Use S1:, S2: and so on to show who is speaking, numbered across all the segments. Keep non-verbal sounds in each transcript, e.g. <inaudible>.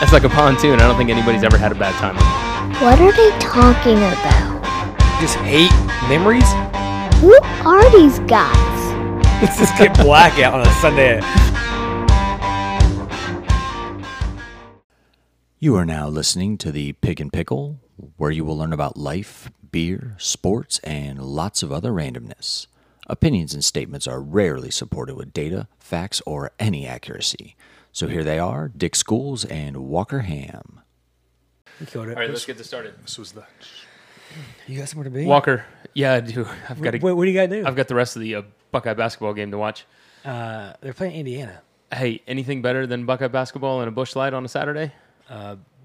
S1: That's like a pontoon. I don't think anybody's ever had a bad time. with
S2: What are they talking about?
S3: You just hate
S1: <laughs>
S3: memories?
S2: Who are these guys?
S3: Let's just get blackout on a Sunday.
S4: You are now listening to the Pig and Pickle, where you will learn about life, beer, sports, and lots of other randomness. Opinions and statements are rarely supported with data, facts, or any accuracy. So here they are Dick Schools and Walker Ham.
S3: You killed it.
S1: All right, let's get this started.
S5: This was the
S3: You got somewhere to be?
S1: Walker. Yeah, I do. I've got
S3: Wait,
S1: to,
S3: what do you got to do?
S1: I've got the rest of the uh, Buckeye basketball game to watch.
S3: uh, they're playing Indiana.
S1: Hey, anything better than Buckeye basketball and a bush light on a Saturday?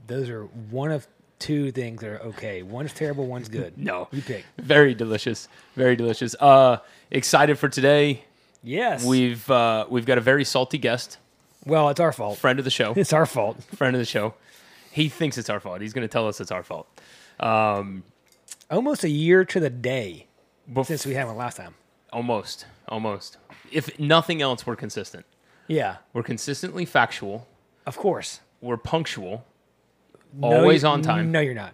S3: Those are one of two things that are okay. One's terrible, one's good.
S1: No.
S3: You pick.
S1: Very delicious. Very delicious. Uh, excited for today.
S3: Yes.
S1: We've uh, we've got a very salty guest,
S3: well, it's our fault.
S1: friend of the
S3: <laughs>
S1: show.
S3: It's our fault.
S1: friend of the show. He thinks it's our fault. He's going to tell us it's our fault. Um,
S3: Almost a year to the day
S1: bef-
S3: since we had one last time.
S1: almost, almost. If nothing else, we're consistent.
S3: Yeah,
S1: We're consistently factual.
S3: of course.
S1: We're punctual.
S3: No,
S1: Always
S3: you-
S1: on time.
S3: No, you're not.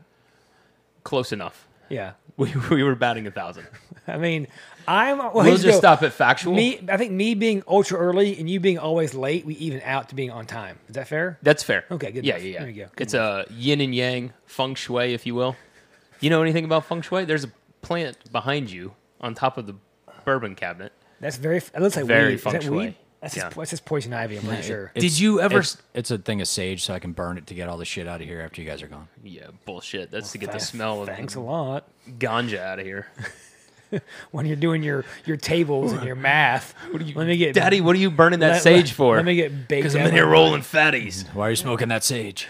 S1: Close enough. <laughs>
S3: Yeah.
S1: We, we were batting a thousand.
S3: I mean, I'm. <laughs> Well,
S1: We'll
S3: here's the
S1: just
S3: deal.
S1: stop at factual.
S3: Me, I think me being ultra early and you being always late, we even out to being on time. Is that fair?
S1: That's fair.
S3: Okay, good
S1: Yeah,
S3: enough.
S1: yeah, yeah.
S3: There you go. Good
S1: It's a yin and yang, feng shui, if you will. You know anything about feng shui? There's a plant behind you on top of the bourbon cabinet.
S3: That's very. It looks like
S1: Very
S3: weed. Is that
S1: feng shui.
S3: weed? That's,
S1: Yeah.
S3: just, that's just poison ivy. I'm pretty sure.
S1: Did you ever?
S4: It's, it's a thing of sage, so I can burn it to get all the shit out of here after you guys are gone.
S1: yeah, bullshit. That's to get the
S3: Thanks-
S1: smell of
S3: Thanks a lot.
S1: ganja out of here.
S3: When you're doing your your tables and your math, what do you, let me get
S1: Daddy, what are you burning that
S3: let-
S1: sage
S3: let-
S1: for?
S3: Let me get baked.
S1: because I'm
S3: out
S1: in here
S3: my-
S1: rolling fatties.
S4: Why are you smoking that sage?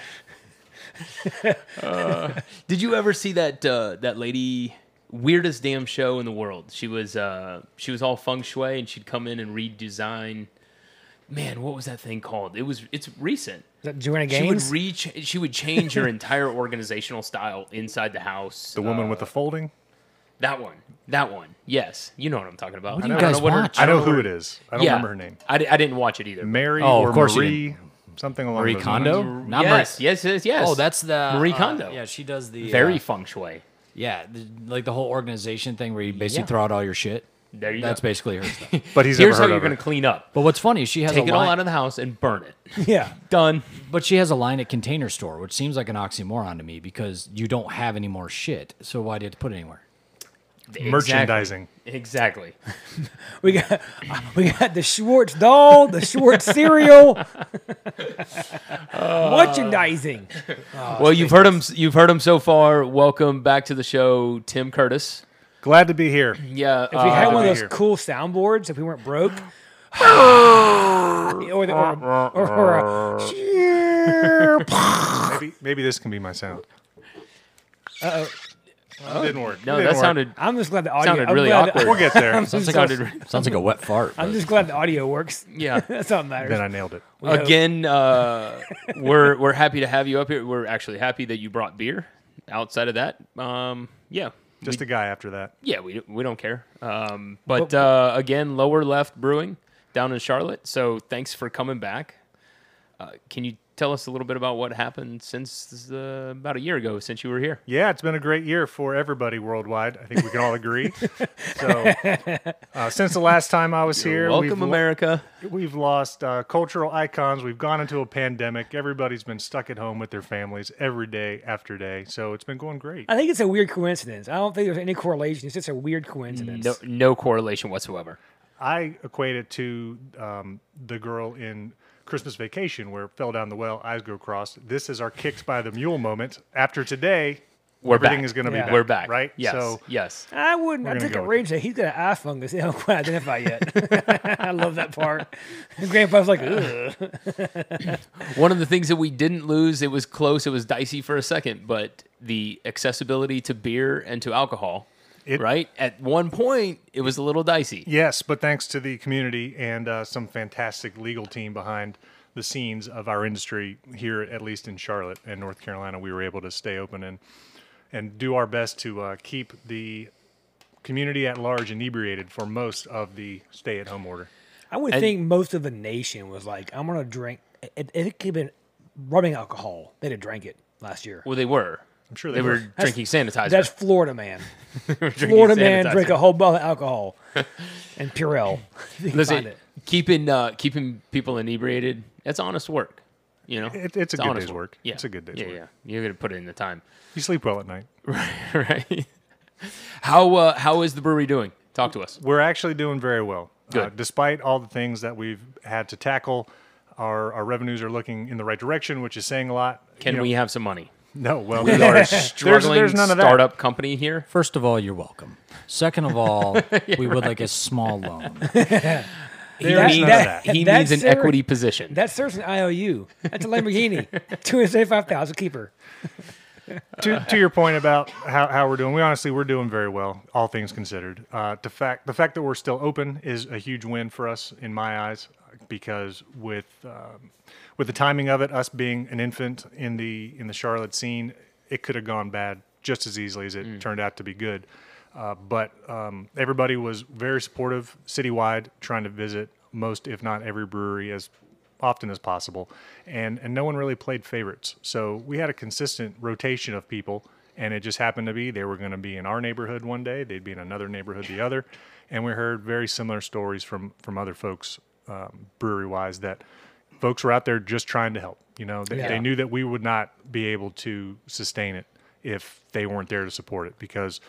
S1: Did you ever see that uh, that lady weirdest damn show in the world? She was uh, she was all feng shui and she'd come in and redesign. Man, what was that thing called? It was it's recent.
S3: Is that Joanna
S1: She would
S3: Gaines.
S1: reach. She would change her entire organizational style inside the house.
S5: the woman with the folding.
S1: that one. That one. Yes, you know what I'm talking about.
S4: What do you
S1: I don't know
S4: guys
S1: what her-
S4: watch?
S5: I,
S4: I
S5: know who it is. I don't
S1: yeah.
S5: remember her name.
S1: I, di- I didn't watch it either.
S5: Mary
S4: Oh,
S5: or
S4: of course you
S5: Marie, something along
S4: Marie
S5: those
S4: Kondo?
S5: lines.
S4: Not
S1: yes,
S4: Marie.
S1: yes, yes, yes.
S4: Oh, that's the
S1: Marie
S4: uh,
S1: Kondo.
S4: yeah, she does the
S1: very
S4: uh,
S1: feng shui.
S4: yeah, the, like the whole organization thing where you basically
S1: Yeah.
S4: throw out all your shit.
S1: There you
S4: That's
S1: go.
S4: basically
S1: <laughs>
S4: her stuff.
S5: But he's
S1: Here's how
S5: never heard
S1: you're
S5: of her.
S1: going to clean up.
S4: But what's funny, she has
S1: Take
S4: a
S1: it all
S4: line-
S1: out of the house and burn it.
S3: yeah.
S1: Done.
S4: But she has a line at Container Store, which seems like an oxymoron to me because you don't have any more shit. So why do you have to put it anywhere?
S1: Exactly.
S5: Merchandising.
S1: Exactly.
S3: We got we got the Schwartz doll, the Schwartz cereal.
S1: <laughs>
S3: Merchandising.
S1: well, you've heard him. You've heard him so far. Welcome back to the show, Tim Curtis.
S5: Glad to
S1: <laughs>
S5: be here.
S1: Yeah.
S3: If we had
S1: uh,
S3: one of
S5: be
S3: those
S5: here.
S3: cool soundboards, if we
S1: <laughs>
S3: weren't broke. or the, or, or, or a,
S5: Maybe maybe this can be my sound. Uh-oh. Didn't work.
S1: no,
S5: Didn't
S1: that
S5: work.
S1: sounded
S3: I'm just glad the audio.
S1: Sounded
S3: I'm
S1: really
S3: glad the-
S1: awkward.
S5: We'll
S1: <laughs>
S5: get there.
S4: Sounds like,
S1: Sounded-
S4: a, sounds like a wet fart.
S3: I'm
S4: but-
S3: just glad the audio works.
S1: <laughs>
S3: <laughs>
S1: yeah.
S3: That's all that matters.
S5: then I nailed it.
S3: hope.
S1: Again,
S3: <laughs>
S1: uh, we're we're happy to have you up here. We're actually happy that you brought beer. Outside of that, um, yeah,
S5: Just a guy after that.
S1: yeah, we we don't care. Um, but uh, again, lower left brewing down in Charlotte. So thanks for coming back. Uh, can you tell us a little bit about what happened since uh, about a year ago since you were here?
S5: Yeah, it's been a great year for everybody worldwide. I think we can
S1: <laughs>
S5: all agree. so, uh, since the last time I was here,
S1: Welcome,
S5: we've, lo-
S1: America.
S5: we've lost uh, cultural icons. We've gone into a pandemic. Everybody's been stuck at home with their families every day after day. So it's been going great.
S3: I think it's a weird coincidence. I don't think there's any correlation. It's just a weird coincidence.
S1: No, no correlation whatsoever.
S5: I equate it to um, the girl in Christmas Vacation where it fell down the well, eyes go crossed. This is our kicked by the mule moment. After today,
S1: We're
S5: everything
S1: back.
S5: is going to
S3: Yeah.
S5: be back,
S1: We're back,
S5: right?
S1: Yes,
S5: So <laughs>
S1: yes.
S3: I wouldn't. I
S5: gonna
S3: took
S5: go
S3: a
S5: with
S3: range that he's got an eye fungus. <laughs> They don't quite identify yet. <laughs> I love that part. And Grandpa's like, Ugh.
S1: One of the things that we didn't lose, it was close, it was dicey for a second, but the accessibility to beer and to alcohol,
S5: It-
S1: right? At one point, it was a little dicey.
S5: yes, but thanks to the community and uh, some fantastic legal team behind the scenes of our industry here, at least in Charlotte and North Carolina, we were able to stay open and and do our best to uh, keep the community at large inebriated for most of the stay-at-home order.
S3: I would think most of the nation was like, I'm gonna drink. It, it could have been rubbing alcohol. They'd have drank it last year.
S1: Well, they were. I'm
S5: sure
S1: they,
S5: they
S1: were,
S5: were.
S1: drinking sanitizer.
S3: That's Florida man.
S1: They were <laughs> drinking
S3: Florida man
S1: sanitizer.
S3: drink a whole bottle
S1: <laughs>
S3: of alcohol and Purell. If you can
S1: Listen,
S3: find it.
S1: keeping uh, keeping people inebriated. That's honest work. You know,
S5: It- it's a good
S1: honest
S5: day's work.
S1: Yeah,
S5: It's a good day's
S1: yeah,
S5: work.
S1: Yeah, you're gonna put in the time, <laughs>
S5: You sleep well at night.
S1: right? how uh, how is the brewery doing? Talk to us.
S5: We're actually doing very well. Uh,
S1: Good.
S5: despite all the things that we've had to tackle, our, our revenues are looking in the right direction, which is saying a lot.
S1: Can
S5: You know-
S1: we have some money?
S5: <laughs> No, well,
S1: We are a struggling
S5: <laughs> there's none of that.
S1: startup company here.
S4: First of all, you're welcome. Second of all, <laughs> we would like a small loan.
S1: He,
S5: There's
S1: means,
S5: none of that.
S1: he
S3: That
S1: means an
S3: ser-
S1: equity position.
S3: That serves an IOU. That's
S1: <laughs>
S3: a Lamborghini. <laughs> Two hundred seventy-five thousand keeper.
S5: to, to your point about how, how we're doing, we honestly we're doing very well, all things considered. Uh, the fact the fact that we're still open is a huge win for us in my eyes, because with um, with the timing of it, us being an infant in the in the Charlotte scene, it could have gone bad just as easily as it turned out to be good. Uh, but um, everybody was very supportive citywide, trying to visit most, if not every brewery, as often as possible, and and no one really played favorites. So we had a consistent rotation of people, and it just happened to be they were going to be in our neighborhood one day, they'd be in another neighborhood the other, and we heard very similar stories from from other folks, um, brewery wise, that folks were out there just trying to help. You know, they,
S3: Yeah.
S5: they knew that we would not be able to sustain it if they weren't there to support it because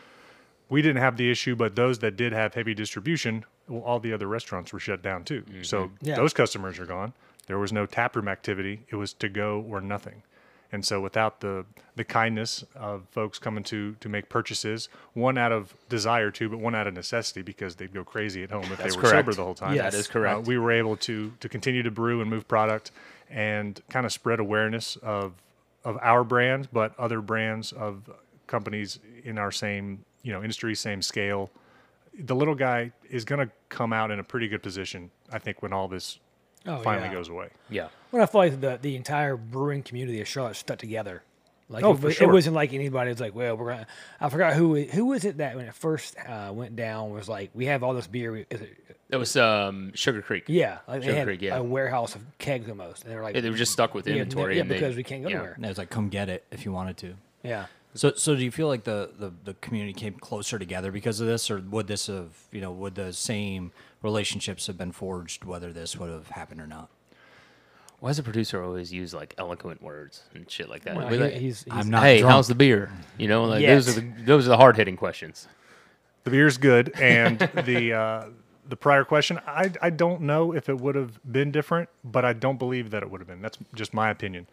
S5: we didn't have the issue, but those that did have heavy distribution, well, all the other restaurants were shut down too. So
S1: Mm-hmm.
S3: Yeah.
S5: those customers are gone. There was no taproom activity. It was to go or nothing. And so without the the kindness of folks coming to to make purchases, one out of desire to, but one out of necessity because they'd go crazy at home if
S1: That's
S5: they were
S1: correct.
S5: sober the whole time.
S1: Yes. That is correct.
S5: Uh, we were able to to continue to brew and move product and kind of spread awareness of of our brand, but other brands of companies in our same you know industry, same scale. The little guy is going to come out in a pretty good position, I think, when all this
S3: Oh,
S5: finally
S3: yeah.
S5: goes away.
S1: yeah.
S3: When I feel like the the entire brewing community of Charlotte stuck together. Like
S5: Oh,
S3: it,
S5: for
S3: was,
S5: sure.
S3: it wasn't like anybody was like, well, we're gonna. I forgot who it- who was it that when it first uh, went down was like, we have all this beer. We, is it,
S1: That was um, Sugar Creek.
S3: yeah, like they
S1: Sugar
S3: had
S1: Creek, yeah.
S3: a warehouse of kegs almost, and they were like,
S1: Yeah, they were just stuck with
S3: yeah,
S1: inventory.
S3: yeah,
S1: and they-
S3: because we can't go
S1: yeah.
S3: anywhere.
S4: And it was like, come get it if you wanted to.
S3: Yeah.
S4: So, so do you feel like the, the, the community came closer together because of this, or would this have, you know, would the same relationships have been forged whether this would have happened or not?
S1: Why does a producer always use like eloquent words and shit like that?
S3: Well,
S1: We
S3: he-
S1: like-
S3: he's, he's
S4: I'm not
S1: hey,
S4: drunk.
S1: how's the beer? You know, like
S3: Yet.
S1: those are the those are the hard hitting questions.
S5: The beer's good, and the <laughs> uh, the prior question, I I don't know if it would have been different, but I don't believe that it would have been. That's just my opinion.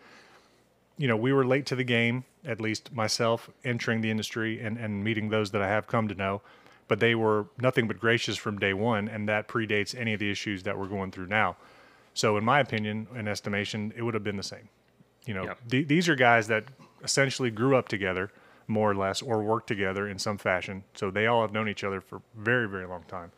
S5: You know, we were late to the game, at least myself, entering the industry and and meeting those that I have come to know, but they were nothing but gracious from day one, and that predates any of the issues that we're going through now. So, in my opinion and estimation, it would have been the same. You know,
S1: Yeah.
S5: th- these are guys that essentially grew up together, more or less, or worked together in some fashion. So they all have known each other for very, very long time.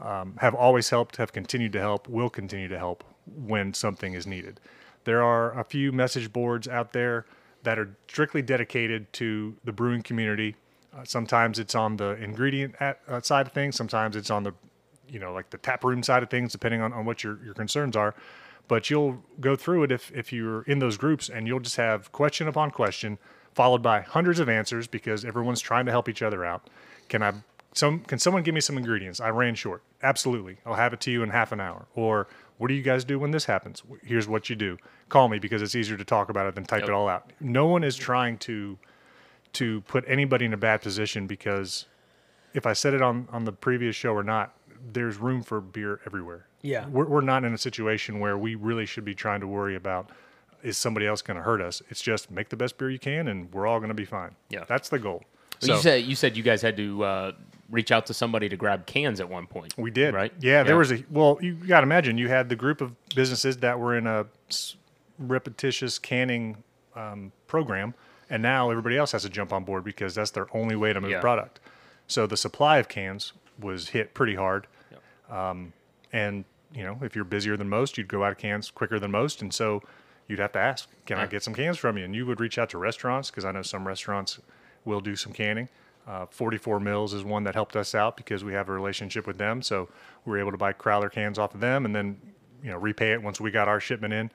S5: Um, have always helped, have continued to help, will continue to help when something is needed. There are a few message boards out there that are strictly dedicated to the brewing community. Uh, sometimes it's on the ingredient at, uh, side of things. Sometimes it's on the, you know, like the tap room side of things, depending on, on what your, your concerns are but you'll go through it if if you're in those groups and you'll just have question upon question followed by hundreds of answers because everyone's trying to help each other out can i some can someone give me some ingredients i ran short absolutely i'll have it to you in half an hour or what do you guys do when this happens here's what you do call me because it's easier to talk about it than type it all out no one is trying to to put anybody in a bad position because if I said it on, on the previous show or not, there's room for beer everywhere.
S3: Yeah.
S5: We're, we're not in a situation where we really should be trying to worry about is somebody else going to hurt us. It's just make the best beer you can and we're all going to be fine.
S1: Yeah.
S5: That's the goal.
S1: you said you said you guys had to uh, reach out to somebody to grab cans at one point.
S5: We did,
S1: right?
S5: Yeah, there was a well. You got to imagine you had the group of businesses that were in a s- repetitious canning um, program, and now everybody else has to jump on board because that's their only way to move
S1: Yeah.
S5: product. So the supply of cans was hit pretty hard, um, and you know if you're busier than most, you'd go out of cans quicker than most, and so you'd have to ask, "Can I get some cans from you?" And you would reach out to restaurants because I know some restaurants will do some canning. Uh, 44 Mills is one that helped us out because we have a relationship with them. So we were able to buy Crowler cans off of them and then, you know, repay it once we got our shipment in.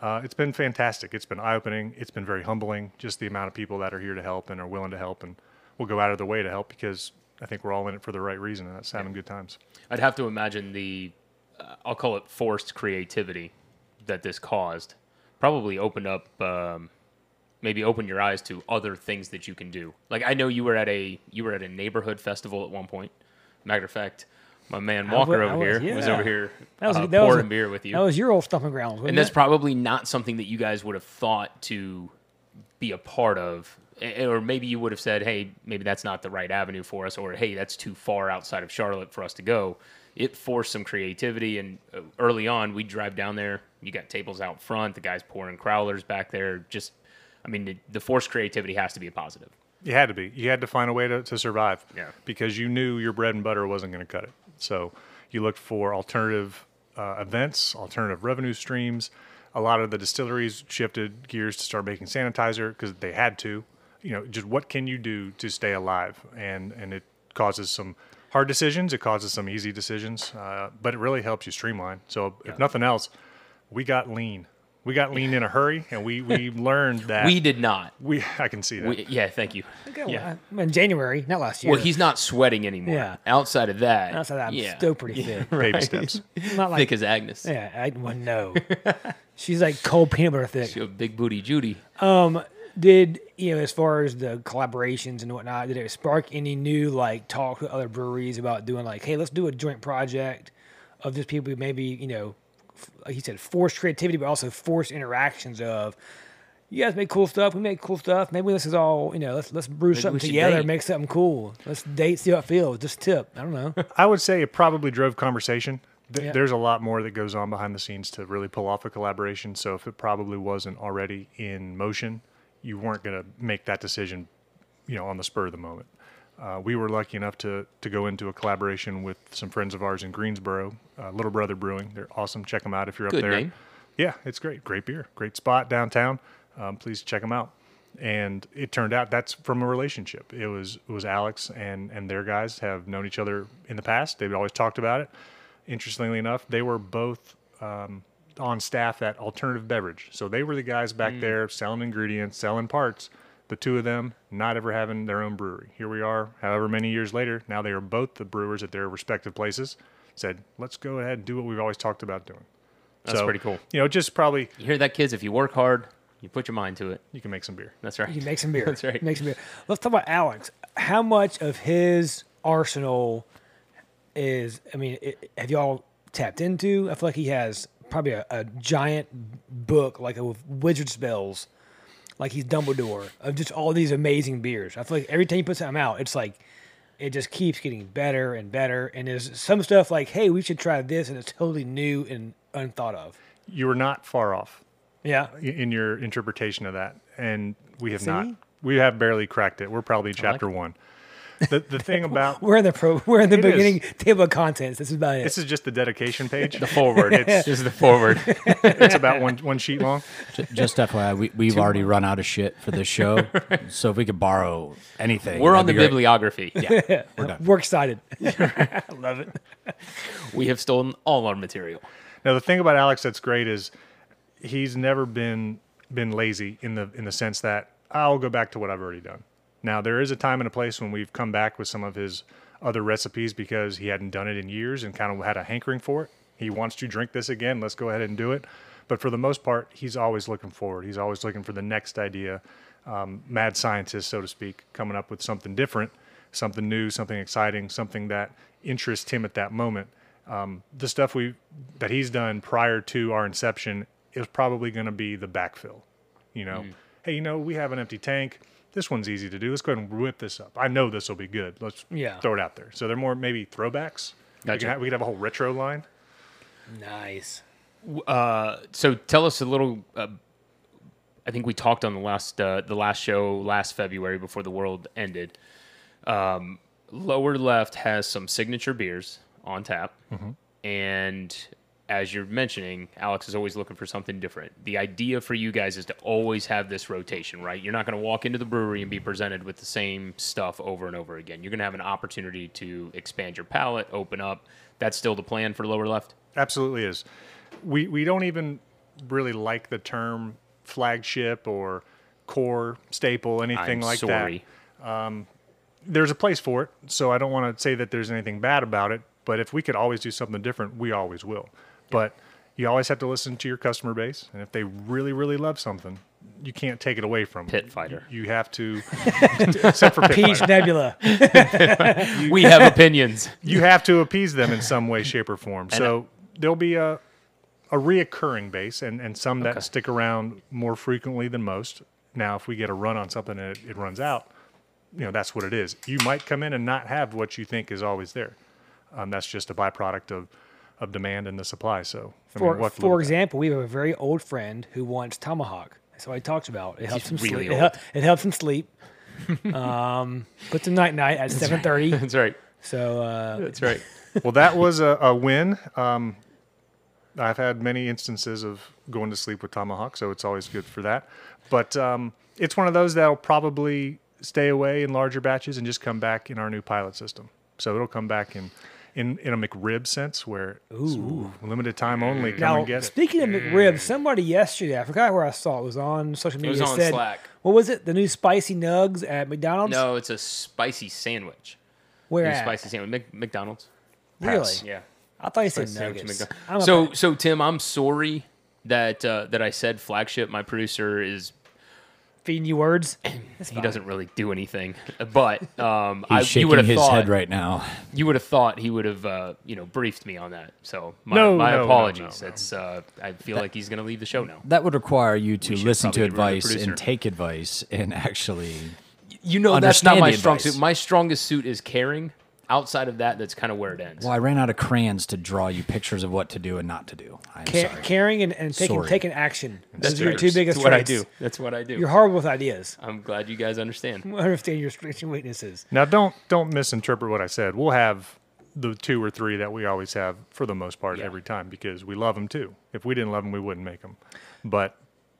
S5: Uh, it's been fantastic. It's been eye opening. It's been very humbling. Just the amount of people that are here to help and are willing to help and will go out of their way to help because I think we're all in it for the right reason and that's having good times.
S1: I'd have to imagine the, uh, I'll call it forced creativity that this caused, probably opened up, um, maybe opened your eyes to other things that you can do. Like I know you were at a you were at a neighborhood festival at one point. Matter of fact, my man
S3: wa-
S1: Walker
S3: I
S1: over
S3: was,
S1: here was
S3: yeah.
S1: over here
S3: That was,
S1: uh,
S3: that was-
S1: pouring beer with you,
S3: That was your old stomping ground. wasn't
S1: and
S3: it?
S1: that's probably not something that you guys would have thought to be a part of. A- Or maybe you would have said, "Hey, maybe that's not the right avenue for us," or "Hey, that's too far outside of Charlotte for us to go." It forced some creativity, and uh, early on, we drive down there. You got tables out front. The guys pouring crowlers back there. Just, I mean, the, the forced creativity has to be a positive.
S5: You had to be. You had to find a way to, to survive.
S1: Yeah.
S5: Because you knew your bread and butter wasn't going to cut it. So you looked for alternative uh, events, alternative revenue streams. A lot of the distilleries shifted gears to start making sanitizer because they had to. You know, just what can you do to stay alive? And and it causes some hard decisions. It causes some easy decisions, uh, but it really helps you streamline. So if nothing else, we got lean. We got lean in a hurry, and
S1: <laughs>
S5: we we learned that
S1: We did not.
S5: we I can see that.
S1: We, yeah, thank you.
S3: Okay,
S1: yeah.
S3: well, I- uh, in January, not last year.
S1: Well, he's not sweating anymore.
S3: Yeah.
S1: Outside of that,
S3: Outside that, I'm
S1: yeah.
S3: still pretty thin.
S1: <laughs>
S5: Baby steps.
S3: Not like
S1: Thick as Agnes.
S3: yeah, I
S1: <laughs>
S3: well, no. She's like cold peanut butter thick.
S1: She a big booty Judy.
S3: Did you know as far as the collaborations and whatnot? Did it spark any new like talk with other breweries about doing like, hey, let's do a joint project of just people who maybe you know, f- like you said, forced creativity, but also forced interactions of. You guys make cool stuff. We make cool stuff. Maybe this is all you know. Let's let's brew something
S1: we should
S3: together,
S1: date."
S3: make something cool. Let's date, see how it feels. Just tip. I don't know.
S5: I would say it probably drove conversation. Th-
S3: Yeah.
S5: There's a lot more that goes on behind the scenes to really pull off a collaboration. So if it probably wasn't already in motion, you weren't going to make that decision, you know, on the spur of the moment. Uh, we were lucky enough to to go into a collaboration with some friends of ours in Greensboro, uh, Little Brother Brewing. They're awesome. Check them out if you're
S1: Good
S5: up there.
S1: name.
S5: Yeah, it's great. Great beer. Great spot downtown. Um, please check them out. And it turned out that's from a relationship. It was it was Alex and and their guys have known each other in the past. They've always talked about it. Interestingly enough, they were both um, on staff at Alternative Beverage, so they were the guys back
S1: Mm.
S5: there selling ingredients, selling parts. The two of them not ever having their own brewery. Here we are, however many years later. Now they are both the brewers at their respective places. Said, let's go ahead and do what we've always talked about doing.
S1: That's pretty cool.
S5: You know, just probably
S1: You hear that, kids? If you work hard, you put your mind to it.
S5: you can make some beer.
S1: That's right.
S3: You make some beer.
S1: That's right.
S3: Make some beer. Let's talk about Alex. How much of his arsenal is? I mean, it, have y'all tapped into? I feel like he has probably a, a giant book, like a wizard spells, like he's Dumbledore of just all these amazing beers. I feel like every time he puts something out, it's like it just keeps getting better and better. And there's some stuff like, hey, we should try this, and it's totally new and unthought of.
S5: You were not far off
S3: Yeah.
S5: i- in your interpretation of that, and we have not.
S3: See?
S5: We have barely cracked it. We're probably chapter one. The
S3: <laughs>
S5: the thing about
S3: We're in the pro. We're in the
S5: It is.
S3: beginning table of contents. This is about it.
S5: this is just the dedication page.
S1: The forward. <laughs> It's just the forward.
S5: It's about one one sheet long.
S6: J- Just FYI, we, we've already run out of shit for this show. So if we could borrow anything,
S1: We're on the
S6: that'd be great.
S1: bibliography.
S6: Yeah, we're done.
S3: We're excited.
S1: We have stolen all our material.
S5: Now the thing about Alex that's great is he's never been been lazy in the in the sense that I'll go back to what I've already done. Now there is a time and a place when we've come back with some of his other recipes because he hadn't done it in years and kind of had a hankering for it. He wants to drink this again. Let's go ahead and do it. But for the most part, he's always looking forward. He's always looking for the next idea, um, mad scientist, so to speak, coming up with something different, something new, something exciting, something that interests him at that moment um, the stuff we that he's done prior to our inception is probably going to be the backfill. You know, hey, you know, we have an empty tank. This one's easy to do. Let's go ahead and whip this up. I know this will be good. Let's
S3: Yeah.
S5: throw it out there. So they're more maybe throwbacks. We,
S1: Gotcha.
S5: can have, we could have a whole retro line.
S3: Nice.
S1: So tell us a little. Uh, I think we talked on the last uh, the last show last February before the world ended. Um, lower left has some signature beers on tap, and as you're mentioning, Alex is always looking for something different. The idea for you guys is to always have this rotation, right? You're not going to walk into the brewery and be presented with the same stuff over and over again. You're going to have an opportunity to expand your palate, open up. That's still the plan for lower left.
S5: Absolutely is. We we don't even really like the term flagship or core staple, anything
S1: I'm
S5: like
S1: sorry.
S5: that. There's a place for it, so I don't want to say that there's anything bad about it. But if we could always do something different, we always will. But you always have to listen to your customer base, and if they really, really love something, you can't take it away from 'em.
S1: Pit fighter.
S5: You, you have to, <laughs>
S1: <laughs>
S5: except for pit
S3: Peach
S5: fighter.
S3: Nebula.
S1: We have opinions.
S5: you have to appease them in some way, shape, or form. So there'll be a a reoccurring base, and and some that stick around more frequently than most. Now, if we get a run on something and it, it runs out, you know that's what it is. You might come in and not have what you think is always there. Um, that's just a byproduct of of demand and the supply. So I mean,
S3: For,
S5: we'll have to live
S3: for
S5: with that.
S3: example, we have a very old friend who wants tomahawk. That's what he talks about. It helps him
S1: really
S3: sleep. It, hel- it helps him sleep. <laughs> um, puts him night night at seven
S1: <laughs>
S3: thirty.
S1: That's right.
S3: So uh,
S1: That's right.
S5: well, that was a, a win. Um, I've had many instances of going to sleep with Tomahawk, so it's always good for that. But um, it's one of those that'll probably stay away in larger batches and just come back in our new pilot system. So it'll come back in in, in a McRib sense where it's, ooh, limited time only. Come and
S3: now
S5: get it.
S3: speaking of McRib, somebody yesterday I forgot where I saw it, it was on social media.
S1: Mm. was on
S3: said,
S1: Slack.
S3: What was it? The new spicy nugs at McDonald's.
S1: <laughs> No, it's a spicy sandwich.
S3: where
S1: New
S3: at?
S1: spicy sandwich. Mc- McDonald's.
S3: Really?
S1: Yeah.
S3: I thought you said
S1: Spicy sandwich at
S3: nuggets.
S1: McDonald's.
S3: I'm
S1: So
S3: a-
S1: so Tim, I'm sorry that uh, that I said flagship. My producer is
S3: feeding you words.
S1: he doesn't really do anything, but um, I,
S6: He's
S1: you
S6: shaking
S1: would have
S6: his
S1: thought
S6: head right now.
S1: you would have thought he would have uh, you know briefed me on that. So my,
S5: No,
S1: my
S5: no, no, no,
S1: apologies.
S5: no.
S1: That's uh, I feel like he's gonna leave the show now.
S6: That would require you to
S1: should
S6: listen to
S1: probably get rid of the
S6: advice and
S1: producer.
S6: take advice and actually.
S1: You know that's not
S6: Understand
S1: my
S6: the
S1: strong
S6: advice.
S1: suit. My strongest suit is caring. Outside of that, that's kind of where it ends.
S6: Well, I ran out of crayons to draw you pictures of what to do and not to do. I'm
S3: Ca-
S6: sorry.
S3: caring and, and taking
S6: Sorry.
S3: taking action. Those
S1: That's
S3: are your
S1: right.
S3: two biggest
S1: That's what I
S3: traits.
S1: do. That's what I do.
S3: You're horrible with ideas.
S1: I'm glad you guys understand.
S3: I <laughs> understand your strengths and weaknesses.
S5: Now don't don't misinterpret what I said. We'll have the two or three that we always have for the most part
S1: Yeah.
S5: every time because we love them too. If we didn't love them, we wouldn't make them. But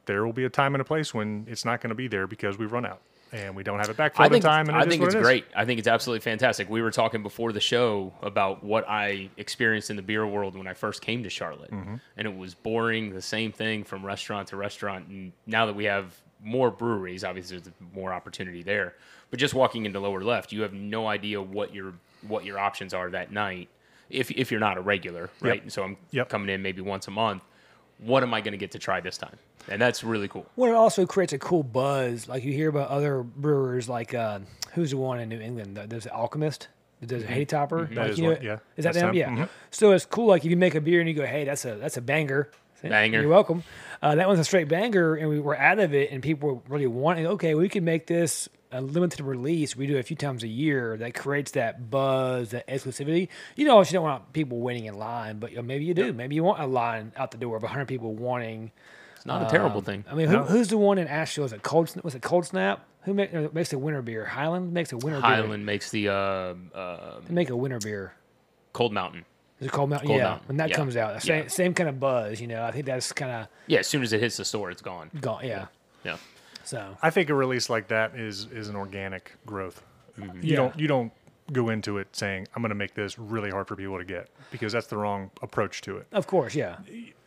S5: there will be a time and a place when it's not going to be there because we run out and we don't have it back for
S1: I
S5: the
S1: think
S5: time. And it
S1: I
S5: is
S1: think
S5: what
S1: it's
S5: it is.
S1: great. I think it's absolutely fantastic. We were talking before the show about what I experienced in the beer world when I first came to Charlotte,
S5: Mm-hmm.
S1: and it was boring, the same thing from restaurant to restaurant. And now that we have more breweries, obviously there's more opportunity there. But just walking into Lower Left, you have no idea what your what your options are that night if if you're not a regular, right? And So I'm
S5: Yep.
S1: coming in maybe once a month. What am I going to get to try this time? And that's really cool.
S3: Well, it also creates a cool buzz. Like you hear about other brewers, like uh, who's the one in New England? that There's the Alchemist. that does a hay topper. Like,
S5: Mm-hmm. is
S3: you know
S5: one,
S3: it-
S5: yeah.
S3: Is that
S5: That's
S3: them?
S5: them.
S3: Yeah.
S5: Mhm.
S3: So it's cool. Like if you make a beer and you go, hey, that's a that's a banger. Say,
S1: Banger.
S3: You're welcome. Uh, that one's a straight banger, and we were out of it, and people were really wanting. Okay, we can make this a limited release. We do it a few times a year. That creates that buzz, that exclusivity. You know, you don't want people waiting in line, but you know, maybe you do. Maybe you want a line out the door of 100 people wanting.
S1: It's not a
S5: Uh,
S1: terrible thing.
S3: I mean, who, who's the one in Asheville? Is it Cold? Sna- Was it Cold Snap? Who make, uh, makes a winter beer? Highland makes a winter beer.
S1: Highland makes the um uh,
S3: They make a winter beer.
S1: Cold Mountain.
S3: Is it Cold Mountain?
S1: Cold
S3: yeah.
S1: Mountain,
S3: When that
S1: yeah,
S3: comes out, same,
S1: yeah.
S3: same kind of buzz. You know, I think that's kind
S1: Yeah, as soon as it hits the store, it's gone.
S3: of gone. Yeah.
S1: Yeah.
S3: So
S5: I think a release like that is is an organic growth.
S1: Mm-hmm.
S5: You don't you don't go into it saying I'm going to make this really hard for people to get because that's the wrong approach to it.
S3: of course, yeah.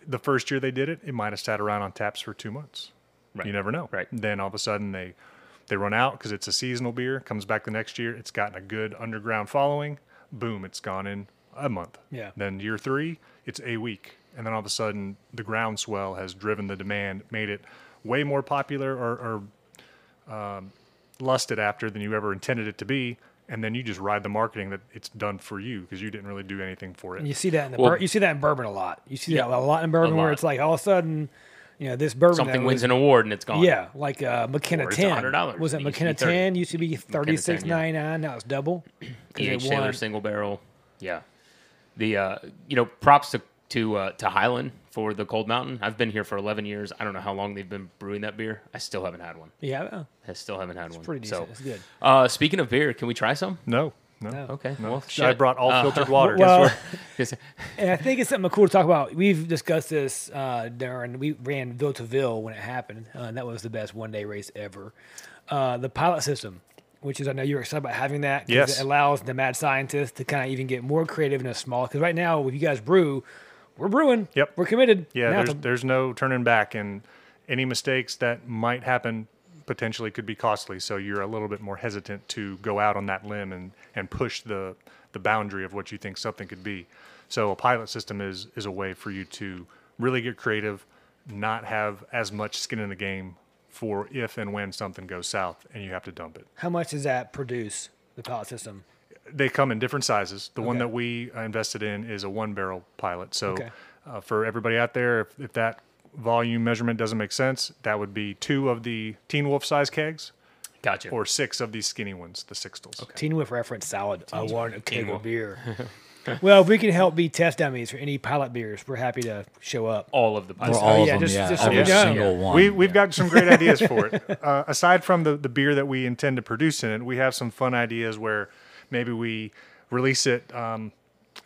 S5: the first year they did it, it might have sat around on taps for two months.
S1: Right.
S5: You never know.
S1: Right.
S5: Then all of a sudden they they run out because it's a seasonal beer. Comes back the next year, it's gotten a good underground following. Boom, it's gone in a month.
S3: Yeah.
S5: Then year three, it's a week, and then all of a sudden the groundswell has driven the demand, made it way more popular or, or um, lusted after than you ever intended it to be. And then you just ride the marketing that it's done for you because you didn't really do anything for it.
S3: And you see that in the
S1: Well-
S3: bur- you see that in bourbon a lot. You see
S1: Yeah,
S3: that a lot in bourbon where
S1: lot.
S3: it's like all of a sudden, you know, this bourbon
S1: Something
S3: that
S1: wins
S3: was-
S1: an award and it's gone.
S3: Yeah, like uh, McKenna
S1: Or it's
S3: ten.
S1: $100.
S3: Was
S1: It
S3: it
S1: used to
S3: McKenna
S1: be 30.
S3: ten? Used to be thirty six ninety nine. Now it's double. 'cause they
S1: E.H. Taylor
S3: won.
S1: single barrel. Yeah. The uh, you know props to to uh, to Highland for the Cold Mountain. I've been here for 11 years. I don't know how long they've been brewing that beer. I still haven't had one.
S3: Yeah, uh,
S1: I still haven't had one.
S3: pretty decent.
S1: So,
S3: It's good.
S1: uh, speaking of beer, can we try some?
S5: No, no.
S1: Okay. Well,
S5: I
S1: shit. Uh,
S5: brought all
S1: <laughs>
S5: filtered water.
S3: Well,
S1: Yes.
S3: And I think it's something cool to talk about. We've discussed this uh, during we ran Ville to Ville when it happened. Uh, and that was the best one day race ever. Uh, the pilot system, which is I know you're excited about having that. 'cause
S5: Yes.
S3: it allows the mad scientist to kind of even get more creative in a small. Because right now, if you guys brew, we're brewing.
S5: Yep.
S3: We're committed.
S5: Yeah,
S3: Now
S5: there's
S3: it's a-
S5: there's no turning back, and any mistakes that might happen potentially could be costly. So you're a little bit more hesitant to go out on that limb and and push the the boundary of what you think something could be. So a pilot system is is a way for you to really get creative, not have as much skin in the game for if and when something goes south and you have to dump it
S3: how much does that produce the pilot system?
S5: they come in different sizes. The one
S3: Okay.
S5: that we uh, invested in is a one barrel pilot. So
S3: Okay.
S5: uh, for everybody out there, if, if that volume measurement doesn't make sense, that would be two of the Teen Wolf size kegs
S1: <laughs> Gotcha.
S5: or six of these skinny ones, the sixtals.
S3: Teen Wolf reference salad. I want a keg of beer. well, if we can help be test dummies for any pilot beers, we're happy to show up.
S1: all of the
S6: Or
S1: pilots.
S6: all
S3: yeah,
S6: of them,
S3: just-
S6: yeah.
S3: just-
S6: Every
S3: yeah.
S6: single one.
S5: We, we've got
S6: <laughs>
S5: some great ideas for it. Uh, aside from the, the beer that we intend to produce in it, we have some fun ideas where maybe we release it um,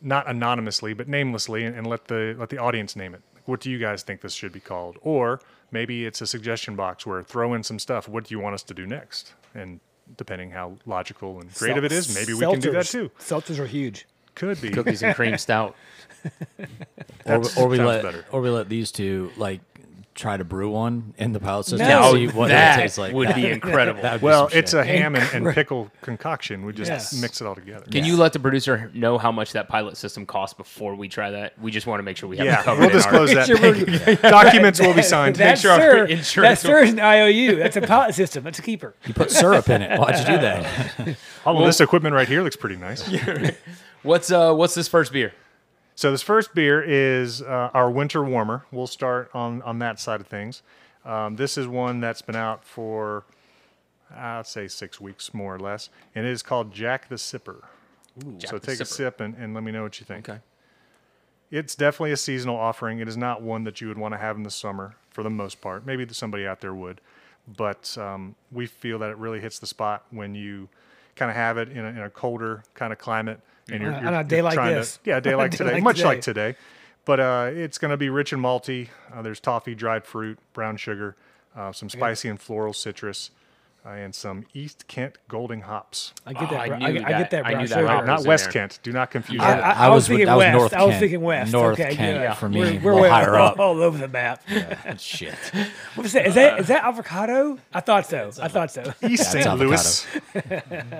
S5: not anonymously but namelessly and, and let the let the audience name it. Like, what do you guys think this should be called? Or maybe it's a suggestion box where throw in some stuff. What do you want us to do next? And depending how logical and creative it is, maybe we can do that
S3: Seltzers.
S5: too.
S3: Seltzers are huge.
S5: Could be.
S1: Cookies and cream stout.
S6: or,
S5: That's-
S6: or we
S5: sounds
S6: let
S5: better.
S6: or we let these two like try to brew one in the pilot system.
S3: No.
S1: Now
S5: Oh,
S6: see what
S1: that
S6: it tastes like.
S1: would
S6: That-
S1: be incredible.
S6: that would be
S5: Well,
S6: some
S5: it's
S6: shit.
S5: a ham and, and pickle concoction. We just
S3: Yes.
S5: mix it all together.
S1: Can you let the producer know how much that pilot system costs before we try that? We just want to make sure we have it
S5: Yeah,
S1: covered.
S5: we'll
S1: in our-
S5: disclose that.
S3: Sure,
S1: <laughs>
S3: we're-
S5: Documents
S3: <laughs>
S5: will be signed.
S3: That's
S1: sure our
S5: <laughs>
S3: sir,
S1: insurance <laughs>
S3: That's sir is an IOU. That's a pilot <laughs> system. That's a keeper.
S6: you put syrup in it. Why'd you do that? <laughs>
S5: Well, this equipment right here looks pretty nice.
S1: What's uh what's this first beer?
S5: So this first beer is uh, our winter warmer. We'll start on on that side of things. Um, this is one that's been out for uh, I'd say six weeks more or less, and it is called Jack the Sipper.
S1: Jack
S5: so
S1: the
S5: take a
S1: Sipper.
S5: sip and, and let me know what you think.
S1: Okay.
S5: It's definitely a seasonal offering. It is not one that you would want to have in the summer for the most part. Maybe that somebody out there would, but um, we feel that it really hits the spot when you kind of have it in a, in a colder kind of climate. And you're,
S3: Uh, On a-
S5: you're-
S3: on a day
S5: you're
S3: like
S5: trying
S3: this.
S5: To, yeah, a day
S3: On <laughs> a
S5: like
S3: day
S5: today,
S3: like
S5: much
S3: today.
S5: like today. But uh, it's going to be rich and malty. Uh, there's toffee, dried fruit, brown sugar, uh, some spicy and floral citrus, uh, and some East Kent Golding hops.
S3: I get
S1: Oh, I
S3: that. bro- I,
S1: knew
S3: I get
S1: that.
S3: that.
S1: I
S3: brown
S1: knew that
S3: sugar.
S1: hop.
S5: Not
S1: was in
S5: West
S1: there.
S5: Kent. Do not confuse
S3: I,
S5: that.
S3: I, I
S6: I
S3: was,
S6: was with-
S3: thinking
S6: I was
S3: west.
S6: North
S3: I was
S6: Kent.
S3: thinking west.
S6: North
S3: okay,
S6: Kent
S3: yeah.
S6: for me,
S3: We're, we're
S6: a little
S3: way <laughs>
S6: higher
S3: all,
S6: up.
S3: all over the map.
S6: Shit.
S3: What was that? Is that is that avocado? I thought so. I thought so.
S5: East
S6: That's
S5: St. Louis.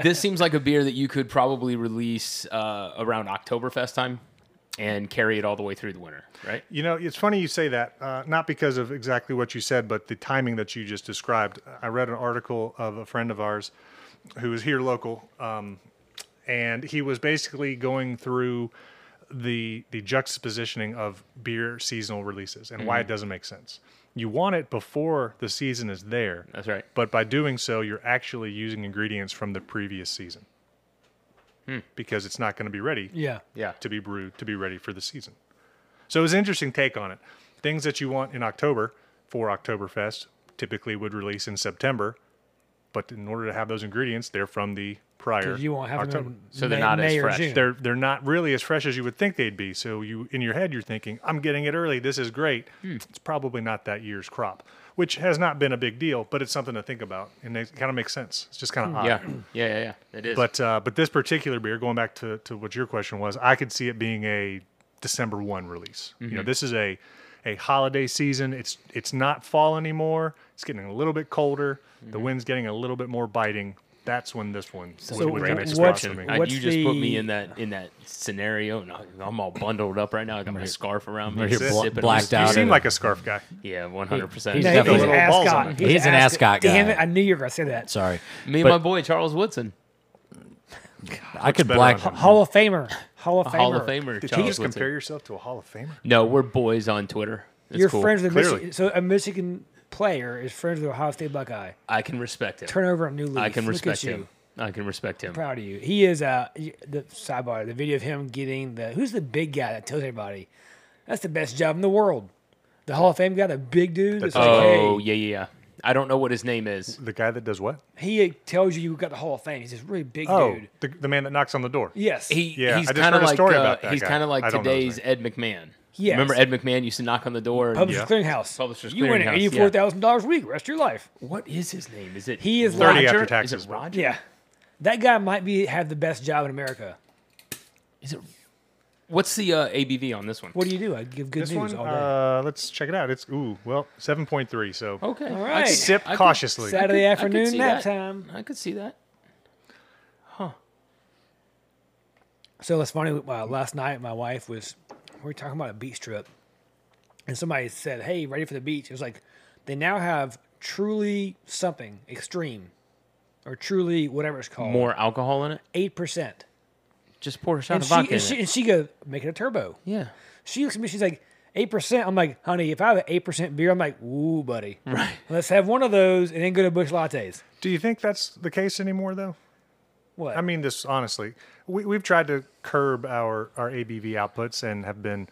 S1: This seems like a beer that you could probably release uh, around Oktoberfest time and carry it all the way through the winter, right?
S5: You know, it's funny you say that, uh, not because of exactly what you said, but the timing that you just described. I read an article of a friend of ours who is here local, um, and he was basically going through the the juxtapositioning of beer seasonal releases and
S1: Mm-hmm.
S5: why it doesn't make sense. You want it before the season is there.
S1: That's right.
S5: But by doing so, you're actually using ingredients from the previous season
S1: Hmm.
S5: because it's not going to be ready
S3: <laughs> Yeah.
S1: Yeah.
S5: to be brewed to be ready for the season. So it was an interesting take on it. Things that you want in October for Oktoberfest typically would release in September, but in order to have those ingredients, they're from the prior
S3: You won't have
S5: October.
S3: them. in
S1: So they're
S3: May-
S1: not as
S3: May or
S1: fresh.
S3: June.
S5: They're they're not really as fresh as you would think they'd be. So you in your head you're thinking, I'm getting it early. This is great. It's probably not that year's crop, which has not been a big deal, but it's something to think about, and it kind of makes sense. It's just kind of odd.
S1: Yeah. Yeah, yeah, yeah. It is.
S5: But uh, but this particular beer, going back to, to what your question was, I could see it being a December one release. You know, this is a a holiday season. It's it's not fall anymore. It's getting a little bit colder. The wind's getting a little bit more biting. That's when this one would, would
S3: great
S5: make sense
S3: what's-
S5: to me.
S1: I,
S3: what's
S1: Uh, you just put me
S3: the-
S1: in that in that scenario, and I- I'm all bundled up right now. I got my scarf around me,
S6: right here, bla-
S1: sipping on
S6: blacked
S1: this
S5: You
S6: out
S1: juice.
S5: seem
S6: of-
S5: like a scarf guy.
S1: Yeah, 100. percent
S6: He's
S3: No,
S6: definitely-
S3: he's an
S5: Little balls on
S3: ascot.
S5: him.
S6: He's an ascot guy.
S3: Damn it! I knew you were gonna say that.
S6: Sorry.
S1: <laughs> Me and
S6: But
S1: my boy Charles Woodson,
S6: I could
S5: better
S6: black.
S5: on him.
S3: Hall of Famer. Hall of Famer.
S1: Hall of Famer.
S5: Did you
S1: Charles
S5: just
S1: Woodson.
S5: compare yourself to a Hall of Famer?
S1: No, we're boys on Twitter. It's
S3: You're
S1: cool.
S3: friends with a
S5: Clearly.
S3: Michigan. So a Michigan player is friends with Ohio State Buckeye.
S1: I can respect him.
S3: Turnover of new leaf.
S1: I can
S3: Look
S1: respect
S3: at you.
S1: him. I can respect him.
S3: Proud of you. He is uh y- the sidebar. The video of him getting the who's the big guy that tells everybody that's the best job in the world. The Hall of Fame guy, the big dude. That's like,
S1: Oh
S3: hey,
S1: yeah, yeah, yeah. I don't know what his name is.
S5: The guy that does what?
S1: Oh.
S3: he tells you you got the Hall of Fame. He's this really big dude.
S5: Oh, the, the man that knocks on the door.
S3: Yes.
S1: He
S5: Yeah,
S1: he's
S5: I just
S1: kind of
S5: heard a
S1: like
S5: story
S1: uh,
S5: about that
S1: he's
S5: guy.
S1: kind of like
S5: I don't know his
S1: today's Ed McMahon.
S3: Yes.
S1: Remember Ed McMahon used to knock on the door. And,
S3: Publisher's
S5: Yeah.
S3: Clearinghouse.
S1: Publisher's
S3: you win
S1: Clearinghouse, yeah.
S3: eighty-four thousand dollars a week. Rest of your life.
S1: What is his name? Is it
S3: He is
S1: Roger?
S5: 30 after
S1: Is
S5: taxes,
S1: it
S5: but-
S1: Roger?
S3: Yeah, that guy might be have the best job in America.
S1: Is it What's the uh, ABV on this one?
S3: What do you do? I give good
S5: This
S3: news
S5: one,
S3: all day.
S5: uh, let's check it out. It's ooh, well, seven point three. So
S1: Okay. All
S3: right.
S5: sip cautiously.
S3: Saturday
S1: I could
S3: afternoon
S1: see
S3: nap
S1: that.
S3: time.
S1: I could see that.
S3: So it's funny. Uh, last night, my wife was we were talking about a beach trip, and somebody said, "Hey, ready for the beach?" It was like they now have truly something extreme, or truly whatever it's called,
S1: More alcohol in it.
S3: eight percent.
S1: Just pour a shot
S3: And
S1: of
S3: she
S1: vodka in
S3: and she,
S1: it.
S3: and she goes, "Make it a turbo."
S1: Yeah.
S3: She looks at me. She's like, eight percent. I'm like, honey, if I have an eight percent beer, I'm like, ooh, buddy,
S1: <laughs> Right.
S3: let's have one of those and then go to Bush Lattes.
S5: do you think that's the case anymore, though?
S3: What?
S5: I mean this honestly. We, we've tried to curb our, our ABV outputs and have been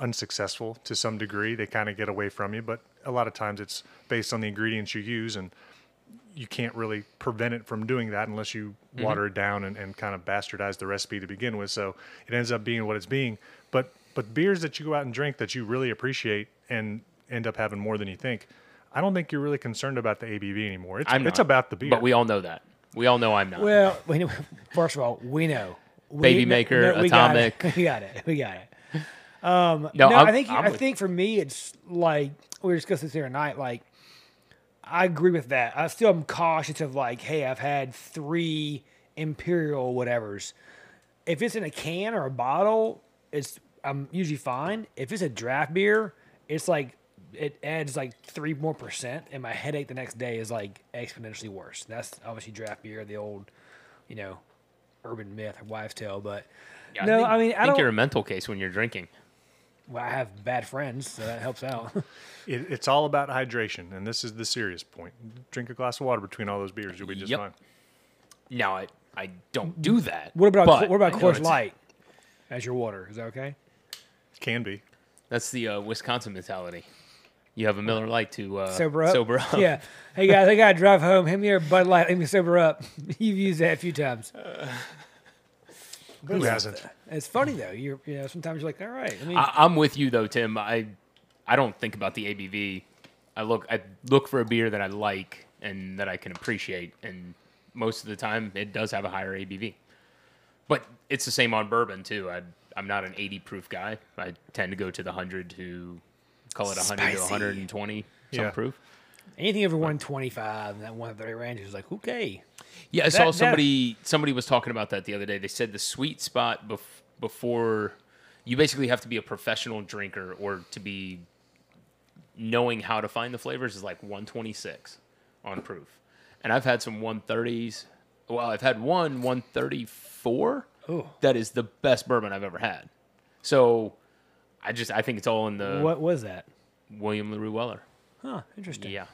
S5: unsuccessful to some degree. They kind of get away from you, but a lot of times it's based on the ingredients you use, and you can't really prevent it from doing that unless you
S1: Mm-hmm.
S5: water it down and, and kind of bastardize the recipe to begin with. So it ends up being what it's being. But but beers that you go out and drink that you really appreciate and end up having more than you think. I don't think you're really concerned about the ABV anymore. It's,
S1: I'm
S5: it's
S1: not,
S5: about the beer.
S1: But we all know that. We all know I'm not.
S3: well, <laughs> we know, first of all, we know. We,
S1: Baby maker,
S3: we got it.
S1: atomic.
S3: <laughs> We got it. We got it.
S1: no,
S3: no,
S1: I'm,
S3: i think
S1: I'm
S3: i
S1: with-
S3: think for me it's like we were discussing this the other night. Like, I agree with that. I still am cautious of like, hey, I've had three imperial whatevers. If it's in a can or a bottle, it's I'm usually fine. If it's a draft beer, it's like it adds like three more percent, and my headache the next day is like exponentially worse. That's obviously draft beer, the old, you know, urban myth, wives' tale. But
S1: yeah,
S3: no,
S1: think,
S3: I mean, I
S1: think
S3: don't-
S1: you're a mental case when you're drinking.
S3: well, I have bad friends, so that helps out. <laughs>
S5: It, it's all about hydration, and this is the serious point. Drink a glass of water between all those beers, you'll be just
S1: Yep.
S5: fine.
S1: No, I, I don't do that.
S3: What about
S1: but
S3: what about
S1: I know
S3: Coors
S1: it's-
S3: Light as your water? Is that okay?
S5: Can be.
S1: That's the uh, Wisconsin mentality. You have a Miller Light to uh,
S3: Sober up.
S1: Sober
S3: <laughs>
S1: up.
S3: Yeah. Hey guys, I gotta drive home. Hand me your Bud Light. Let me sober up. <laughs> You've used that a few times.
S5: Who hasn't?
S3: It's funny though. You're you know sometimes you're like, all right. I mean,
S1: I, I'm with you though, Tim. I I don't think about the ABV. I look I look for a beer that I like and that I can appreciate, and most of the time it does have a higher ABV. But it's the same on bourbon too. I I'm not an 80 proof guy. I tend to go to the hundred to call it 100 to
S3: Spicy.
S1: 120 some
S5: Yeah.
S1: proof.
S3: anything over 125 and that 130 range is like okay.
S1: Yeah, I
S3: That-
S1: saw
S3: that-
S1: somebody somebody was talking about that the other day. They said the sweet spot bef- before you basically have to be a professional drinker or to be knowing how to find the flavors is like 126 on proof. And I've had some 130s. Well, I've had one 134. That is the best bourbon I've ever had. So I just I think it's all in the
S3: what was that?
S1: William LaRue Weller.
S3: Huh? Interesting.
S1: Yeah.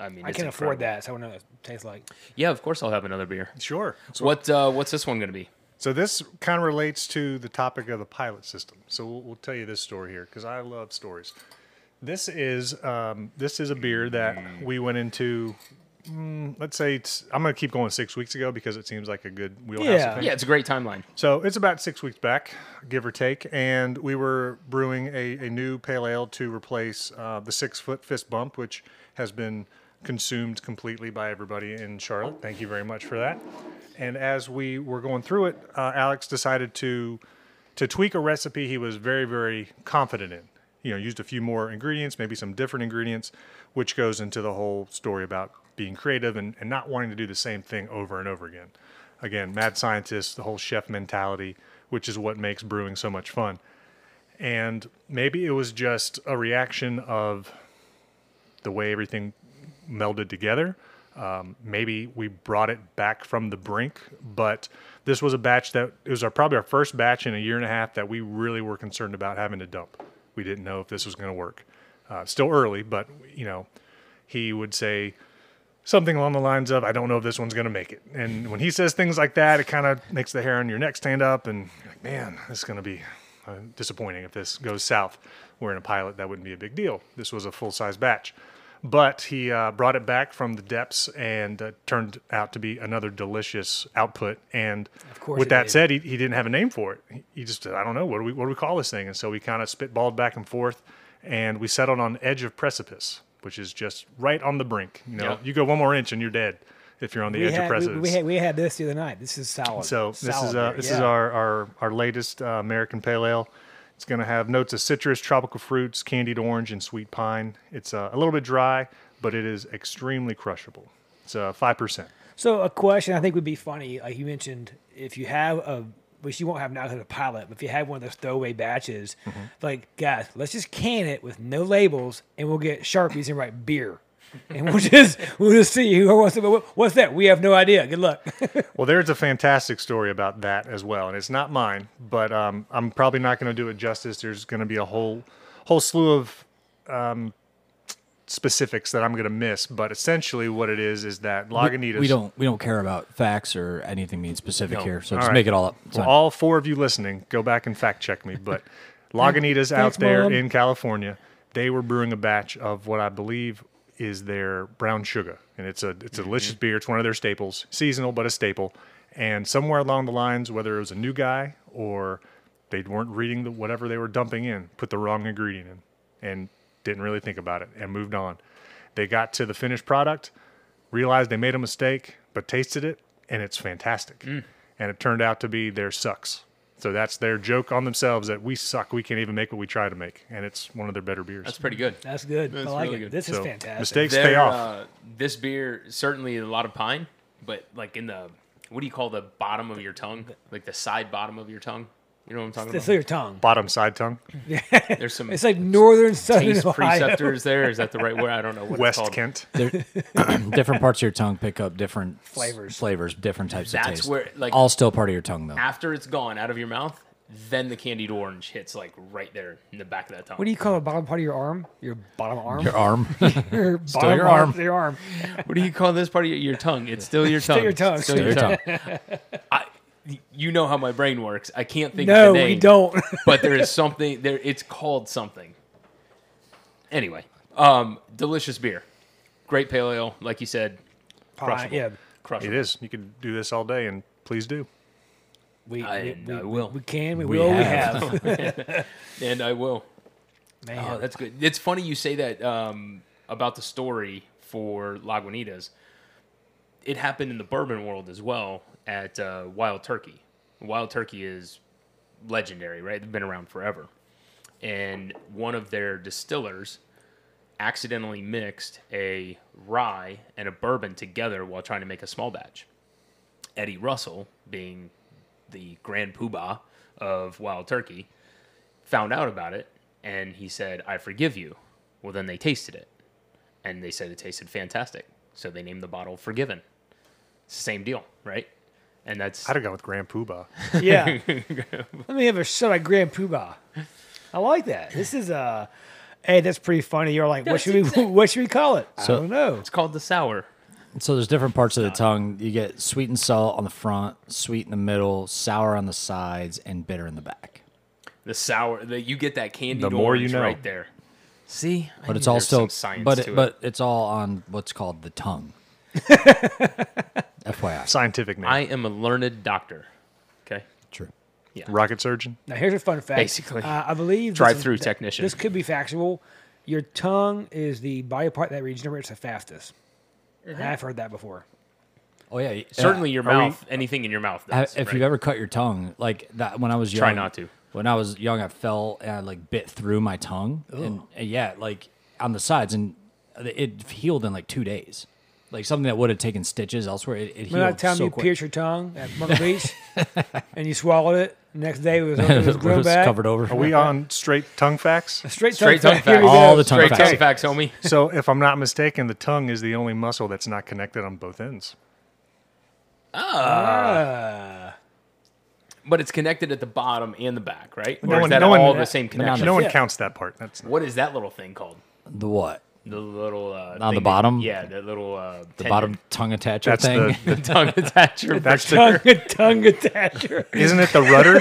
S1: I mean,
S3: I
S1: it's
S3: can't afford
S1: incredible.
S3: that, so I don't know what it tastes like.
S1: Yeah, of course I'll have another beer.
S5: Sure. So,
S1: What uh, what's this one going to be?
S5: so this kind of relates to the topic of the pilot system. So we'll, we'll tell you this story here because I love stories. This is um, this is a beer that we went into. mm, let's say it's, I'm going to keep going six weeks ago because it seems like a good wheelhouse.
S3: Yeah.
S5: of things.
S1: Yeah, it's a great timeline.
S5: So it's about six weeks back, give or take, and we were brewing a, a new pale ale to replace uh, the six foot fist bump, which has been consumed completely by everybody in Charlotte. Thank you very much for that. And as we were going through it, uh, Alex decided to to tweak a recipe he was very very confident in. You know, used a few more ingredients, maybe some different ingredients, which goes into the whole story about being creative and, and not wanting to do the same thing over and over again again, mad scientist, the whole chef mentality, which is what makes brewing so much fun. And maybe it was just a reaction of the way everything melded together. Um, maybe we brought it back from the brink, but this was a batch that it was our, probably our first batch in a year and a half that we really were concerned about having to dump. We didn't know if this was going to work. Uh, still early, but you know, he would say, something along the lines of, I don't know if this one's going to make it. And when he says things like that, it kind of makes the hair on your neck stand up. And you're like, man, this is going to be uh, disappointing if this goes south. We're in a pilot, that wouldn't be a big deal. This was a full size batch. But he uh, brought it back from the depths and uh, turned out to be another delicious output. And
S3: course
S5: with
S3: it
S5: that
S3: did.
S5: said, he, he didn't have a name for it. He- He just said, I don't know, what do we, what do we call this thing? And so we kind of spitballed back and forth and we settled on Edge of Precipice, which is just right on the brink. You know,
S1: Yeah.
S5: you go one more inch and you're dead. if you're on the
S3: We
S5: edge of
S3: had, we,
S5: precedence.
S3: we had we had this the other night. This is solid.
S5: So this
S3: Solid
S5: is uh,
S3: beer,
S5: this is
S3: yeah.
S5: our our our latest uh, American Pale Ale. It's going to have notes of citrus, tropical fruits, candied orange, and sweet pine. It's uh, a little bit dry, but it is extremely crushable. It's uh, five percent.
S3: So a question I think would be funny, like you mentioned, if you have a which you won't have now because of the pilot, but if you have one of those throwaway batches, like guys, let's just can it with no labels, and we'll get sharpies and write beer, and we'll <laughs> just we'll just see who wants to. "What- What's that? We have no idea. Good luck.
S5: Well, there's a fantastic story about that as well, and it's not mine, but um, I'm probably not going to do it justice. There's going to be a whole whole slew of um, specifics that I'm going to miss, but essentially what it is is that Lagunitas.
S6: We don't we don't care about facts or anything being specific
S5: No.
S6: here. So
S5: All
S6: just
S5: right.
S6: make it all up. It's
S5: Well,
S6: fine.
S5: all four of you listening, go back and fact check me. But Lagunitas out
S3: Thanks,
S5: there
S3: Mom.
S5: in California, they were brewing a batch of what I believe is their brown sugar, and it's a it's a delicious beer. It's one of their staples, seasonal but a staple. And somewhere along the lines, whether it was a new guy or they weren't reading the, whatever they were dumping in, put the wrong ingredient in, and didn't really think about it and moved on. They got to the finished product, realized they made a mistake, but tasted it, and it's fantastic.
S1: Mm.
S5: And it turned out to be their sucks. So that's their joke on themselves that we suck. We can't even make what we try to make, and it's one of their better beers.
S1: That's pretty good.
S3: That's good.
S1: That's
S3: I like
S1: really
S3: it.
S1: good.
S3: This
S5: so
S3: is fantastic.
S5: mistakes pay
S1: Their,
S5: off.
S1: uh, this beer certainly a lot of pine, but like in the what do you call the bottom of your tongue? Like the side bottom of your tongue. You know what I'm talking
S3: It's
S1: about?
S3: on your tongue.
S5: Bottom side tongue,
S1: There's some
S3: It's
S1: <laughs>
S3: like northern southern
S1: taste
S3: <laughs> Ohio.
S1: preceptors there. Is that the right word? I don't know what it's
S5: West
S1: called. <laughs>
S5: Kent.
S6: There- different parts of your tongue pick up different s-
S3: Flavors.
S6: flavors, different types of
S1: That's
S6: taste.
S1: where, like-
S6: all still part of your tongue
S1: <laughs>
S6: though.
S1: After it's gone out of your mouth, then the candied orange hits like right there in the back of that tongue.
S3: What do you call the bottom part of your arm? Your bottom arm.
S1: <laughs>
S6: Your arm.
S3: Your bottom
S6: your
S3: part
S6: arm.
S3: of Your arm.
S1: What do you call this part of your, your tongue? It's still
S3: <laughs>
S1: your tongue.
S3: your tongue.
S1: Still
S6: Still
S1: your
S6: <laughs> your
S1: tongue.
S6: tongue.
S1: I, you know how my brain works. I can't think
S3: No,
S1: of the
S3: we
S1: name.
S3: don't. <laughs>
S1: but there is something there. It's called something. Anyway, um, delicious beer, great pale ale. Like you said,
S3: Pie, yeah.
S1: crush
S5: It is. You could do this all day, and please do.
S3: We,
S1: I-
S3: we, we,
S1: I will.
S3: We can. We,
S6: We
S3: will.
S6: have.
S3: We have.
S1: and I will.
S3: Man.
S1: Oh, that's good. It's funny you say that um, about the story for Lagunitas. It happened in the bourbon world as well at uh, Wild Turkey. Wild Turkey is legendary, right? They've been around forever. And one of their distillers accidentally mixed a rye and a bourbon together while trying to make a small batch. Eddie Russell, being the grand poobah of Wild Turkey, found out about it and he said, I forgive you. Well, then they tasted it and they said it tasted fantastic. So they named the bottle Forgiven. Same deal, right? And that's
S5: I'd have gone with Grand Poobah.
S3: Yeah.
S1: <laughs>
S3: Let me have a shot at Grand Poobah. I like that. This is Uh, hey, that's pretty funny. You're like, what
S1: That's
S3: should we <laughs> what should we call it?
S6: So-
S3: I don't know.
S1: it's called the sour.
S6: So there's different parts of the tongue. You get sweet and salt on the front, sweet in the middle, sour on the sides, and bitter in the back.
S1: The sour that you get that candy
S5: The more you know.
S1: right there. See? I
S6: But
S1: knew
S6: it's
S1: there
S6: all
S1: was
S6: still
S1: some science
S6: but
S1: to
S6: it, but it's all on what's called the
S1: <laughs>
S6: tongue. FYI.
S5: Scientific name.
S1: I am a learned doctor. Okay.
S6: True.
S5: Rocket
S1: <laughs>
S5: surgeon.
S3: Now here's a fun fact.
S1: Basically.
S3: uh, I believe this is-
S1: Drive-through
S3: th-
S1: technician.
S3: This could be factual. Your tongue is the body part that regenerates the fastest.
S1: Mm-hmm.
S3: I've heard that before.
S6: Oh yeah. yeah.
S1: Certainly your
S5: Are we-
S1: mouth, anything in your mouth.
S6: I-
S1: Does,
S6: if
S1: right?
S6: you've ever cut your tongue, like that when I was young,
S1: Try not to.
S6: When I was young, I fell and I like bit through my tongue, and, and yeah, like on the sides, and it healed in like two days. Like something that would have taken stitches elsewhere, it, it
S3: Remember
S6: healed
S3: that time
S6: so
S3: you
S6: quick. <laughs>
S3: pierced your tongue at Myrtle Beach and you swallowed it? Next day it
S6: <laughs>
S3: was, it
S6: it
S3: was
S6: was
S3: grown back.
S6: covered over.
S5: Are we on straight tongue facts?
S3: Straight,
S1: Straight
S3: tongue
S1: tongue
S3: fact. Here we
S1: fact.
S3: go.
S6: All the tongue
S1: Straight
S6: facts.
S1: tongue facts, homie.
S5: So, if I'm not mistaken, the tongue is the only muscle that's not connected on both ends.
S1: But it's connected at the bottom and the back, right? Or
S5: No
S1: is
S5: one-
S1: that
S5: no one- uh,
S1: all the same connection?
S5: No one
S3: Yeah.
S5: counts that part. That's
S1: What is that little thing called?
S6: The what?
S1: The little uh,
S6: the
S1: thing that-
S6: bottom?
S1: yeah, that little uh,
S6: The bottom tongue attacher
S5: that's
S6: thing. <laughs>
S5: the,
S1: <laughs>
S5: <laughs> the
S1: tongue
S5: <laughs>
S1: attacher.
S5: that's the
S3: Tongue, <laughs> tongue
S6: <laughs>
S3: attacher.
S5: isn't it the rudder?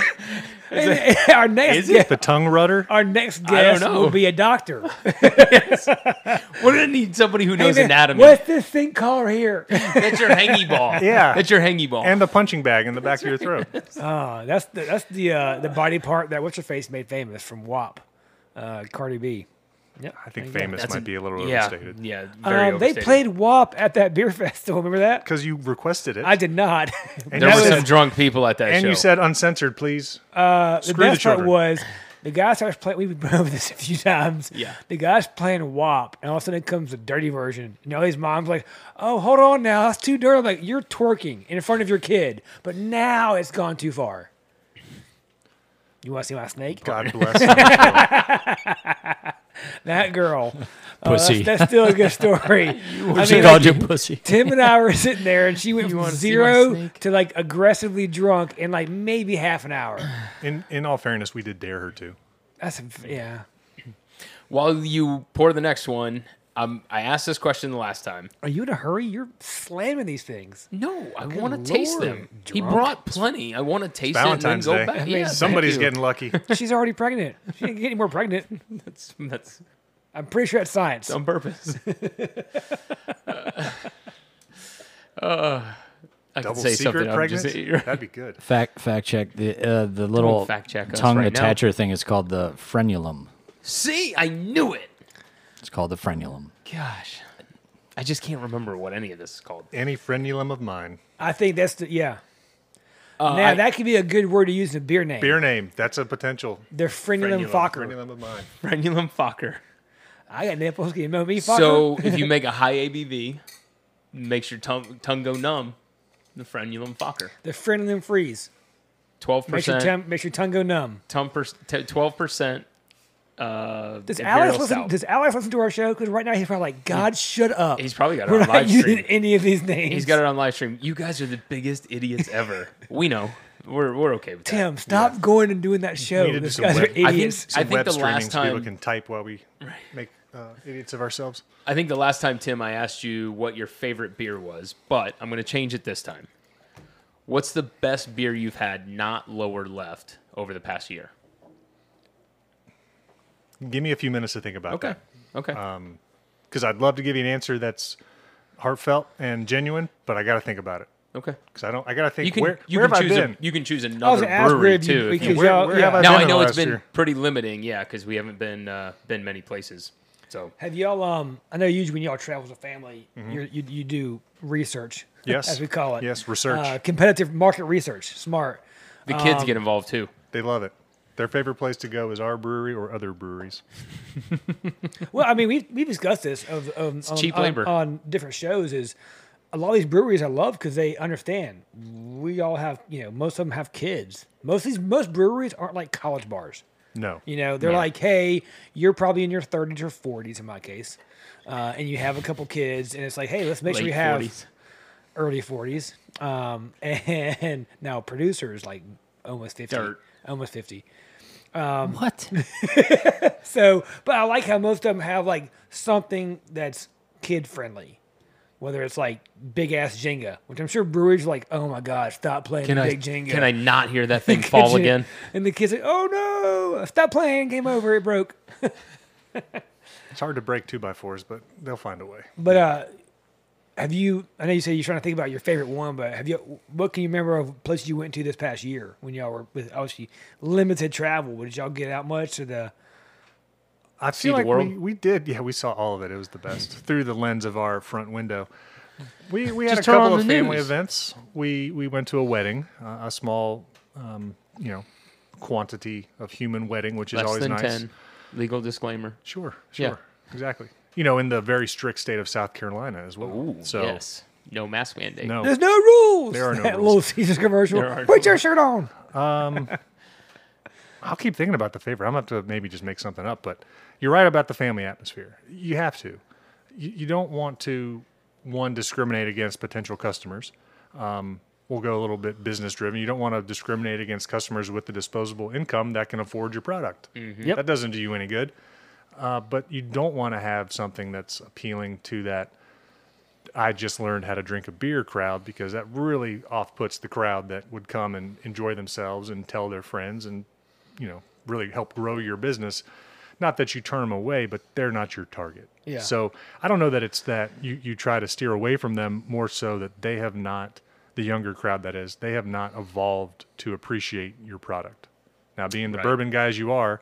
S3: our next
S1: <laughs> Is
S3: guest,
S5: The tongue rudder?
S3: our next
S1: I don't
S3: guest
S1: know.
S3: will be
S1: <laughs>
S3: a doctor.
S1: We're gonna need somebody who knows
S3: Hey, man,
S1: anatomy.
S3: What's this thing called here? <laughs>
S1: That's your hangy ball.
S5: <laughs> Yeah.
S1: that's your hangy ball.
S5: And the punching bag in the back of
S1: <laughs>
S5: your throat.
S3: Uh, that's the that's the uh, the body part that what's her face made famous from WAP, uh, Cardi B.
S1: Yep.
S5: I think
S1: There you go.
S5: famous
S1: That's
S5: might be a little
S1: yeah,
S5: overstated.
S1: Yeah. Very
S3: Um, they
S1: overstated.
S3: played WAP at that beer <laughs> festival. Remember that?
S5: Because you requested it.
S3: I did not. <laughs>
S5: And,
S1: There
S5: you
S1: were
S5: said-
S1: some drunk people at that
S5: and
S1: show.
S5: you said uncensored, please.
S3: Uh, the
S5: Screw the
S3: best part
S5: children.
S3: was the guy starts playing. We've been <laughs> over this a few times.
S1: Yeah.
S3: The guy's playing WAP, and all of a sudden it comes the dirty version. And all his mom's like, "Oh, hold on now, that's too dirty." I'm like, "You're twerking in front of your kid," but now it's gone too far. You want to see my snake? <laughs>
S5: God bless. them.
S3: That girl. Oh, that's-
S6: Pussy.
S3: that's, still a good story. I
S6: she
S3: mean, like,
S6: called you pussy.
S3: Tim and I were sitting there, and she went from
S1: wanna see my
S3: zero
S1: snake?
S3: to like aggressively drunk in like maybe half an hour.
S5: in in all fairness, we did dare her to.
S3: That's yeah.
S1: While you pour the next one, um, I asked this question the last time.
S3: Are you in a hurry? You're slamming
S1: <laughs>
S3: these things.
S1: No, I
S3: Good
S1: want to taste them.
S3: Lord,
S1: He
S3: drunk.
S1: brought plenty. I want to taste
S5: Valentine's
S1: it
S5: Day.
S1: and then go back.
S3: mean,
S1: Yeah, thank
S5: Somebody's
S1: you.
S5: getting
S1: <laughs>
S5: lucky.
S3: She's already pregnant. She didn't get any more pregnant.
S1: that's that's
S3: I'm pretty sure that's science.
S1: on <laughs> purpose. uh, Uh, I
S5: Double
S1: could say
S5: secret
S1: something. I'm just-
S5: pregnant. That'd be good.
S6: Fact fact check the uh, the little
S1: fact check us
S6: tongue
S1: right now.
S6: attacher thing is called the frenulum.
S1: See, I knew it.
S6: It's called the frenulum.
S1: Gosh, I just can't remember what any of this is called.
S5: Any frenulum of mine.
S3: I think that's the yeah.
S1: Uh,
S3: now
S1: I-
S3: that could be a good word to use in a beer name.
S5: Beer name. That's a potential.
S3: The frenulum, Fokker.
S5: Frenulum of mine.
S1: frenulum Fokker.
S3: I got nipples. You know me, Fokker.
S1: So if you make a high ABV, makes your tongue tongue go numb. The frenulum Fokker,
S3: the frenulum freeze.
S1: twelve
S3: Makes your,
S1: percent,
S3: tongue, makes your tongue go numb.
S1: twelve percent. Uh,
S3: Does
S1: Imperial
S3: Alex listen?
S1: Stout.
S3: Does Alex listen to our show? Because right now he's probably like, "God, shut up."
S1: He's probably got it
S3: We're
S1: on
S3: not
S1: live
S3: using
S1: stream.
S3: any of these names.
S1: He's got it on live stream. You guys are the biggest idiots ever. <laughs> we know. We're we're okay with that.
S3: Tim, stop going and doing that show.
S5: need to do
S3: These
S5: some
S3: guys
S5: web-
S3: are
S5: I
S1: I think,
S3: idiots.
S1: I
S5: Some
S1: think
S5: web
S1: the
S5: streaming
S1: last
S5: so people
S1: time
S5: can type while we make uh, idiots of ourselves.
S1: I think the last time Tim I asked you what your favorite beer was, but I'm going to change it this time. What's the best beer you've had not lower left over the past year?
S5: Give me a few minutes to think about
S1: Okay. Okay.
S5: Um, Because I'd love to give you an answer that's heartfelt and genuine, but I got to think about it.
S1: okay.
S5: Because I don't. I got to think
S1: You can
S5: where,
S1: you
S5: where
S1: can
S5: have I
S1: choose
S5: been?
S1: a, you can choose
S3: was
S1: another
S3: gonna ask
S1: brewery
S3: Rib, you-
S1: too. if
S3: because
S1: you-
S3: you-
S5: where where
S3: yeah.
S5: have I
S1: now
S5: been
S1: I
S5: in the
S1: know it's
S5: last
S1: been
S5: year?
S1: pretty limiting, yeah, because we haven't been uh, been many places. So
S3: Have y'all? Um, I know usually when y'all travel as a family, you're, you you do research.
S5: Mm-hmm.
S3: <laughs>
S5: Yes.
S3: as we call it.
S5: Yes, research.
S3: Uh, competitive market research. Smart.
S1: the
S5: Um,
S1: kids get involved too.
S5: They love it. Their favorite place to go is our brewery or other breweries.
S3: Well, I mean, we we discussed this of, of on,
S1: cheap
S3: on-
S1: labor.
S3: on different shows. Is a lot of these breweries I love because they understand we all have you know most of them have kids. Most of these most breweries aren't like college bars.
S5: No.
S3: You know, they're like, hey, you're probably in your 30s or 40s in my case, uh, and you have a couple kids, and it's like, hey, let's make sure
S1: Late
S3: you have
S1: 40s.
S3: early 40s. Um, <laughs> and now producers like almost 50,
S1: Dirt.
S3: almost 50.
S6: What?
S3: <laughs> So, but I like how most of them have like something that's kid friendly. Whether it's like big ass Jenga, which I'm sure breweries are like, oh my god, stop playing
S1: Can I
S3: big Jenga. <laughs>
S1: can I not hear
S5: <laughs>
S1: that thing fall
S3: kitchen.
S1: again?
S3: And the kids like, oh no, stop playing, game over, it broke.
S5: It's hard to break two by fours, but they'll find a way.
S3: But uh, have you? I know you said you're trying to think about your favorite one, but have you? What can you remember of places you went to this past year when y'all were with obviously limited travel? Did y'all get out much to the?
S5: I feel
S1: the
S5: like
S1: world?
S5: we, we did. Yeah, we saw all of it. It was the <laughs> best through the lens of our front window. We we had a
S1: Just turn on
S5: couple of
S1: the
S5: family
S1: news.
S5: events. We we went to a wedding, uh, a small, um, you know, quantity of human wedding, which is
S1: Less
S5: always
S1: than
S5: nice.
S1: ten. Legal disclaimer.
S5: Sure, sure,
S1: Yeah.
S5: exactly. You know, in the very strict state of South Carolina as well. so
S1: yes, no mask mandate.
S5: no,
S3: There's no rules.
S5: There are no
S3: that
S5: rules.
S3: Little Caesars commercial.
S1: There are no
S3: Put your shirt on.
S5: I'll keep thinking about the favorite. I'm gonna have to maybe just make something up, but you're right about the family atmosphere. You have to. You, you don't want to one discriminate against potential customers. Um, we'll go a little bit business driven. You don't want to discriminate against customers with the disposable income that can afford your product.
S1: Mm-hmm.
S5: That doesn't do you any good. Uh, but you don't want to have something that's appealing to that. I just learned how to drink a beer crowd because that really off puts the crowd that would come and enjoy themselves and tell their friends and you know really help grow your business not that you turn them away but they're not your target
S3: Yeah.
S5: so i don't know that it's that you, you try to steer away from them more so that they have not the younger crowd that is they have not evolved to appreciate your product now being the bourbon guys you are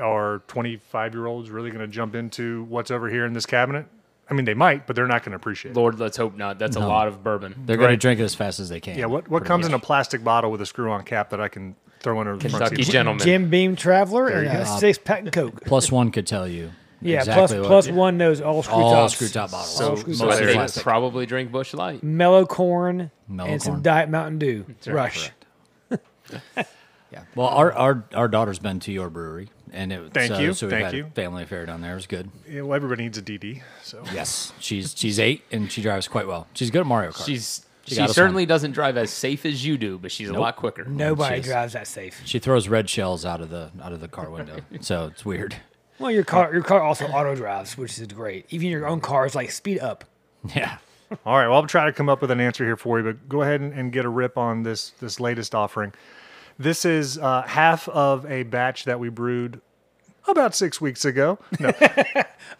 S5: are 25 year olds really going to jump into what's over here in this cabinet? I mean, they might, but they're not going to appreciate it.
S1: Lord, let's hope not. That's a lot of bourbon.
S6: They're going to drink it as fast as they can.
S5: Yeah, what, what
S6: pretty
S5: comes in a
S6: much.
S5: plastic bottle with a screw on cap that I can throw under the front
S1: Kentucky
S5: seat?
S1: gentleman.
S3: Jim Beam Traveler
S5: you
S3: and a
S5: go.
S3: six pack of Coke.
S6: Plus one could tell you.
S3: <laughs> Yeah,
S6: exactly
S3: plus,
S6: what-
S3: plus one knows all screw
S6: all
S3: tops.
S6: screw top bottles.
S3: All
S5: So-
S3: screw
S5: so
S1: But
S3: tops.
S5: there
S1: they
S5: Classic.
S1: would probably drink Bush Light.
S3: Mellow corn
S6: Mellow
S3: and some
S6: corn.
S3: Diet Mountain Dew. Rush.
S6: Yeah. Well, our, our our daughter's been to your brewery, and it
S5: Thank
S6: so,
S5: you,
S6: So we
S5: thank
S6: had
S5: you.
S6: a family affair down there. It was good.
S5: Yeah, well, everybody needs a DD. So
S6: Yes, she's she's eight and she drives quite well. She's good at Mario Kart.
S1: She's
S6: She
S1: she,
S6: got us
S1: certainly doesn't drive as safe as you do, but she's a lot quicker.
S3: Nobody
S6: Jeez.
S3: drives that safe.
S6: she throws red shells out of the out of the car window, so it's weird. <laughs>
S3: Well, your car, your car also auto drives, which is great. Even your own car is like speed up.
S6: Yeah.
S5: All right. Well, I'll try to come up with an answer here for you, but go ahead and, and get a rip on this this latest offering. This is uh, half of a batch that we brewed about six weeks ago. No,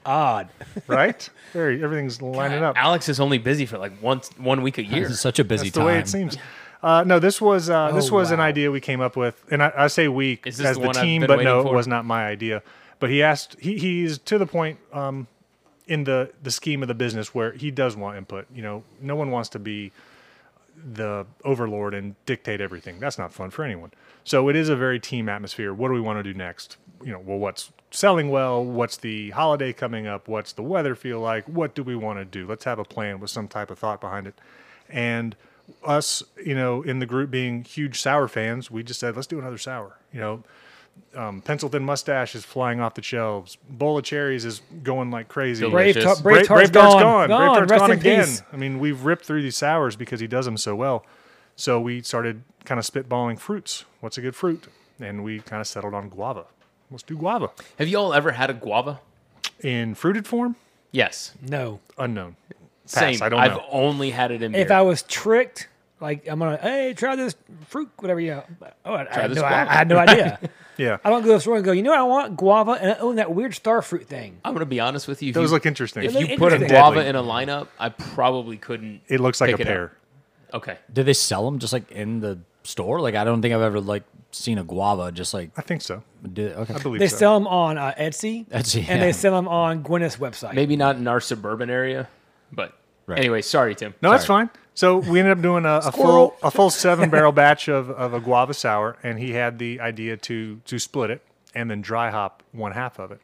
S3: Odd.
S5: right? There, everything's lining up.
S1: Alex is only busy for like once one week a year.
S6: This is such a busy
S5: That's the
S6: time.
S5: way it seems. Uh, no, this was uh, this
S3: Oh,
S5: was an
S3: wow.
S5: idea we came up with, and I, I say we
S1: Is
S5: as
S1: this the
S5: the,
S1: one I've
S5: team,
S1: been
S5: but no,
S1: waiting
S5: it
S1: for?
S5: was not my idea. But he asked. He, he's to the point um, in the the scheme of the business where he does want input. You know, no one wants to be the overlord and dictate everything. That's not fun for anyone. So it is a very team atmosphere. What do we want to do next? You know, well, what's selling well? What's the holiday coming up? What's the weather feel like? What do we want to do? Let's have a plan with some type of thought behind it. And us, you know, in the group being huge sour fans, we just said, let's do another sour. You know, um, pencil thin mustache is flying off the shelves. Bowl of cherries is going like crazy.
S1: Delicious.
S3: Brave,
S1: Delicious.
S3: Tar- Brave, Tart's
S5: Braveheart's
S3: gone.
S5: Braveheart's
S3: Rest
S5: gone
S3: in
S5: again.
S3: peace.
S5: I mean, we've ripped through these sours because he does them so well. So we started kind of spitballing fruits. What's a good fruit? And we kind of settled on guava. Let's do guava
S1: Have you all ever had a guava?
S5: in fruited form.
S1: Yes.
S3: No.
S5: Unknown. Pass.
S1: Same.
S5: I don't
S1: have
S5: know.
S1: only had it in beer.
S3: If I was tricked, like I'm gonna, hey, try this fruit, whatever you know. Oh, I, I, had,
S1: this
S3: no, I,
S1: guava.
S3: I had no idea.
S5: Yeah,
S3: I don't go to the store and go, you know what I want? Guava and oh, and that weird star fruit thing.
S1: I'm gonna be honest with you. if
S5: those
S1: you,
S5: look interesting.
S1: If
S3: They look
S1: you put a
S3: interesting.
S1: guava
S5: Deadly.
S1: in a lineup, I probably couldn't.
S5: it looks like a
S1: pick it up.
S5: pear.
S1: Okay.
S6: Did they sell them just like in the store? Like I don't think I've ever like seen a guava just like
S5: I think so.
S6: did. Okay.
S5: I
S3: <laughs>
S5: believe
S3: They
S5: so.
S3: sell them on uh, Etsy,
S6: Etsy,
S3: and they
S6: yeah.
S3: sell them on Gwyneth's website.
S1: Maybe not in our suburban area, but
S6: Right.
S1: anyway. Sorry, Tim.
S5: No, that's fine. So we ended up doing a, a full a full seven barrel batch of, of a guava sour, and he had the idea to to split it and then dry hop one half of it.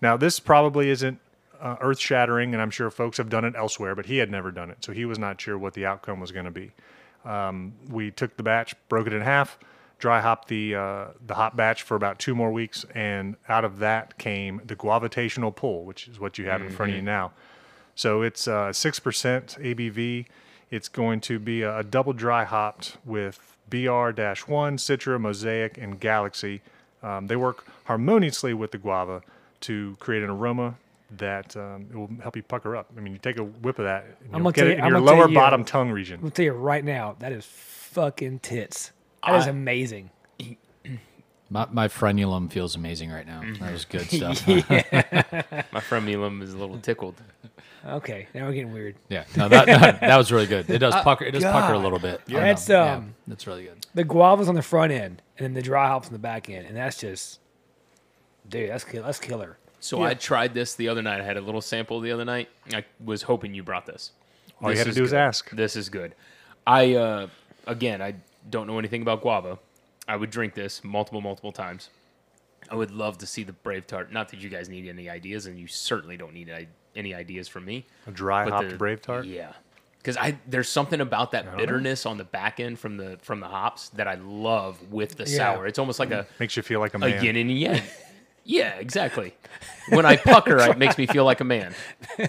S5: Now this probably isn't uh, earth shattering, and I'm sure folks have done it elsewhere, but he had never done it, so he was not sure what the outcome was going to be. Um, we took the batch, broke it in half, dry hopped the uh, the hop batch for about two more weeks, and out of that came the guavitational pull, which is what you have in front of
S3: Mm-hmm.
S5: you now. So it's uh, six percent ABV. It's going to be a, a double dry hopped with BR-1, Citra, Mosaic, and Galaxy. Um, they work harmoniously with the guava to create an aroma that um, it will help you pucker up. I mean, you take a whip of that, and
S3: I'm gonna
S5: you'll get
S3: tell
S5: it
S3: you-
S5: in
S3: I'm
S5: your
S3: gonna tell
S5: lower
S3: you-
S5: bottom tongue
S3: I'll
S5: region.
S3: tell you right now, that is fucking tits. That is amazing.
S6: My, my frenulum feels amazing right now. That was good stuff.
S1: My friend Milam is a little tickled.
S3: Okay, now we're getting weird.
S6: yeah. No, that, that, that was really
S1: <laughs>
S6: good. It does
S1: Uh,
S6: pucker. It does pucker a
S3: God.
S6: little bit.
S3: Yeah.
S6: I
S3: That's,
S6: know. Yeah,
S3: um,
S6: that's really good.
S3: The guava's on the front end, and then the dry hops on the back end, and that's just, dude, that's kill, that's killer.
S1: So I tried this the other night. I had a little sample the other night. I was hoping you brought this.
S5: All you
S1: This
S5: had to do was
S1: good.
S5: ask.
S1: This is good. I uh, again, I don't know anything about guava. I would drink this multiple, multiple times. I would love to see the Brave Tart. Not that you guys need any ideas, and you certainly don't need i- any ideas from me.
S5: A dry
S1: But
S5: hopped
S1: the-
S5: Brave Tart.
S1: Yeah, because I there's something about that bitterness on the back end from the from the hops that I love with the
S3: Yeah.
S1: sour. It's almost like a
S5: Makes you feel like a
S1: a
S5: man.
S1: yin and a
S5: <laughs>
S1: yang. yeah, exactly. When I pucker, it makes me feel like a
S5: <laughs>
S1: man.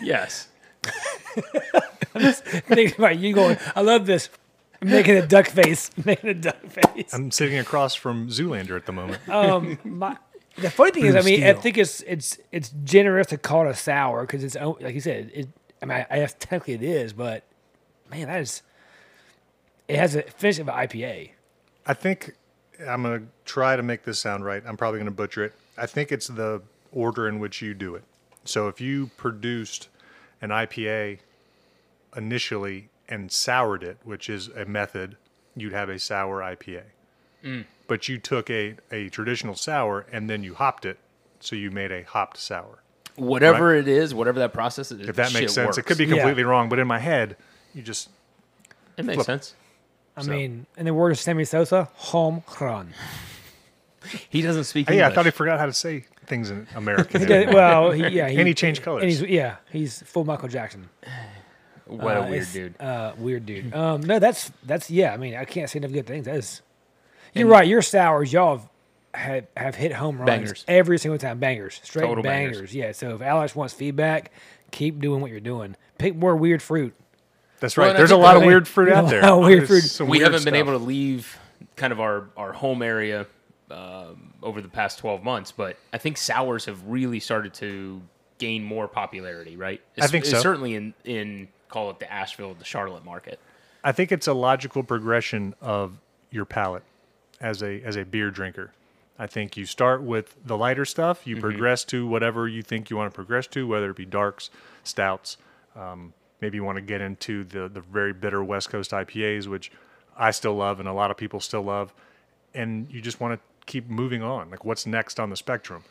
S1: Yes.
S3: <laughs> Think about you going, I love this. Making a duck face. <laughs> Making a duck face.
S5: I'm sitting across from Zoolander at
S1: <laughs>
S5: the moment.
S1: Oh.
S3: My- the funny thing is, I mean, I
S5: Steel.
S3: think it's it's it's generous to call it a sour because it's o- like you said. It, I mean, I, I guess technically it is, but man, that is it has a finish of an IPA.
S5: I think I'm going to try to make this sound right. I'm probably going to butcher it. I think it's the order in which you do it. So if you produced an IPA initially and soured it, which is a method, you'd have a sour IPA.
S1: Mm.
S5: but you took a, a traditional sour and then you hopped it, so you made a hopped sour.
S1: Whatever it is, whatever that process is,
S5: If that
S1: shit
S5: makes sense,
S1: works.
S5: it could be
S3: Yeah.
S5: completely wrong, but in my head, you just
S1: It makes
S5: flip.
S1: sense.
S3: I mean, in the word of Sammy Sosa, home
S5: <laughs>
S3: run.
S1: He doesn't speak.
S5: hey, I
S1: English.
S5: thought he forgot how to say things
S3: <laughs>
S5: in American.
S3: He did, well, he, yeah, he,
S5: and he changed colors.
S3: and he's yeah, he's full Michael Jackson.
S1: What
S3: Uh,
S1: a weird
S3: it's,
S1: dude.
S3: Uh, weird dude. Um, no, that's that's yeah. I mean, I can't say enough good things. That is, you're right. Your sours, y'all have, have have hit home runs
S1: Bangers.
S3: every single time. Bangers, straight
S1: Total bangers.
S3: bangers. Yeah. So if Alex wants feedback, keep doing what you're doing. Pick more weird fruit.
S5: That's
S1: Well,
S5: right.
S1: and I
S5: There's a
S1: think
S5: lot of
S1: that-
S5: weird fruit
S3: <laughs>
S5: out
S3: A
S5: there.
S3: lot of weird
S5: There's
S3: fruit.
S5: some
S1: we
S5: weird
S1: haven't been
S5: stuff.
S1: able to leave kind of our, our home area um, over the past 12 months, but I think sours have really started to gain more popularity, right?
S5: I think
S1: It's-
S5: so.
S1: Certainly in, in, call it the Asheville, the Charlotte market.
S5: I think it's a logical progression of your palate as a as a beer drinker. I think you start with the lighter stuff,
S1: Mm-hmm.
S5: you progress to whatever you think you want to progress to, whether it be darks, stouts. Um, maybe you want to get into the the very bitter West Coast IPAs, which I still love and a lot of people still love, and you just want to keep moving on. Like what's next on the spectrum?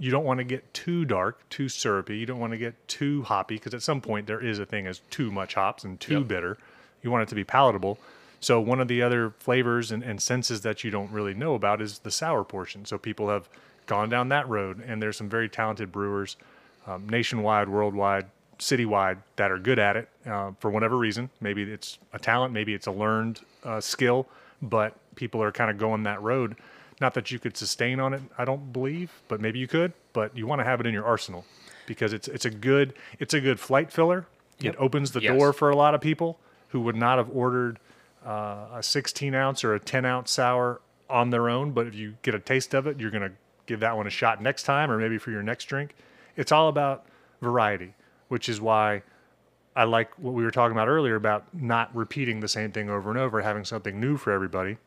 S5: You don't want to get too dark, too syrupy. You don't want to get too hoppy because at some point there is a thing as too much hops and too bitter. You want it to be palatable. So one of the other flavors and, and senses that you don't really know about is the sour portion. So people have gone down that road, and there's some very talented brewers um, nationwide, worldwide, citywide that are good at it uh, for whatever reason. Maybe it's a talent, maybe it's a learned uh, skill, but people are kind of going that road. Not that you could sustain on it, I don't believe, but maybe you could. But you want to have it in your arsenal because it's it's a good it's a good flight filler. It opens the
S1: Yes.
S5: door for a lot of people who would not have ordered uh, a 16 ounce or a 10 ounce sour on their own, but if you get a taste of it, you're going to give that one a shot next time or maybe for your next drink. It's all about variety, which is why I like what we were talking about earlier about not repeating the same thing over and over, having something new for everybody.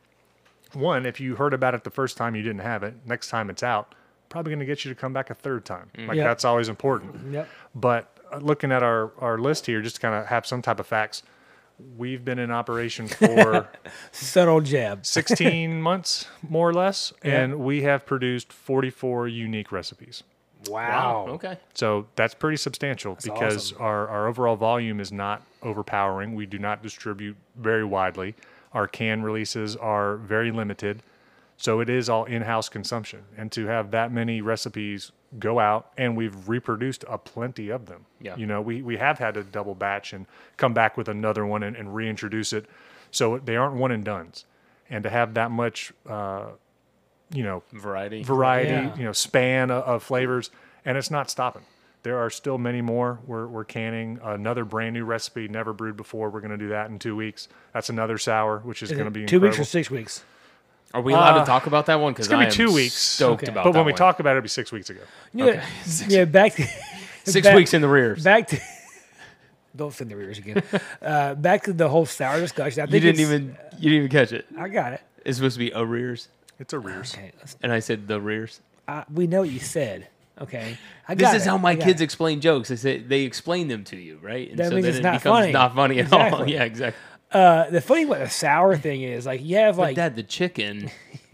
S5: One, if you heard about it the first time, you didn't have it, next time it's out, probably going to get you to come back a third time. Like
S3: Yeah.
S5: that's always important.
S3: Yep.
S5: But uh, looking at our, our list here, just to kind of have some type of facts, we've been in operation
S3: <laughs>
S5: for
S3: Subtle jab.
S5: 16 months, more or less, and we have produced 44 unique recipes. Oh.
S3: Wow.
S1: Okay.
S5: So that's pretty substantial because
S3: awesome.
S5: our, our overall volume is not overpowering. We do not distribute very widely. Our can releases are very limited. So it is all in house consumption. And to have that many recipes go out, and we've reproduced a plenty of them.
S1: Yeah.
S5: You know, we, we have had to double batch and come back with another one and, and reintroduce it. So they aren't one and done's. And to have that much, uh, you know,
S1: Variety.
S5: variety,
S3: Yeah.
S5: you know, span of, of flavors, and it's not stopping. There are still many more. We're, we're canning another brand new recipe, never brewed before. We're going to do that in two weeks. That's another sour, which is,
S3: Is
S5: going to
S3: it
S5: be
S3: two weeks
S5: incredible.
S3: or six weeks?
S1: Are we allowed
S5: Uh,
S1: to talk about that one? Because
S5: it's gonna
S1: I
S5: be
S1: am
S5: two weeks.
S1: stoked
S3: Okay.
S1: about
S5: But
S1: that
S5: when we
S1: one.
S5: talk about it, it'll be six weeks ago.
S3: Yeah,
S1: <laughs>
S3: yeah back to
S1: six
S3: back-
S1: weeks in the rears.
S3: back to <laughs> don't send the
S1: <laughs>
S3: rears again. Uh, back to the whole sour discussion. I
S1: You
S3: think
S1: didn't
S3: it's-
S1: even you didn't even catch it.
S3: I got it.
S1: It's supposed to be a rears,
S5: It's a rears.
S3: Okay, let's-
S1: and I said the rears.
S3: I, we know what you said. Okay, I
S1: This
S3: got
S1: is
S3: it.
S1: how my
S3: I got
S1: kids
S3: it.
S1: explain jokes. They say they explain them to you, right? And
S3: That means
S1: then
S3: it's
S1: it
S3: not
S1: becomes
S3: funny.
S1: not funny at all.
S3: Exactly.
S1: Yeah, exactly.
S3: Uh, the funny what the sour thing is, like you have
S1: Like
S3: like
S1: that, the chicken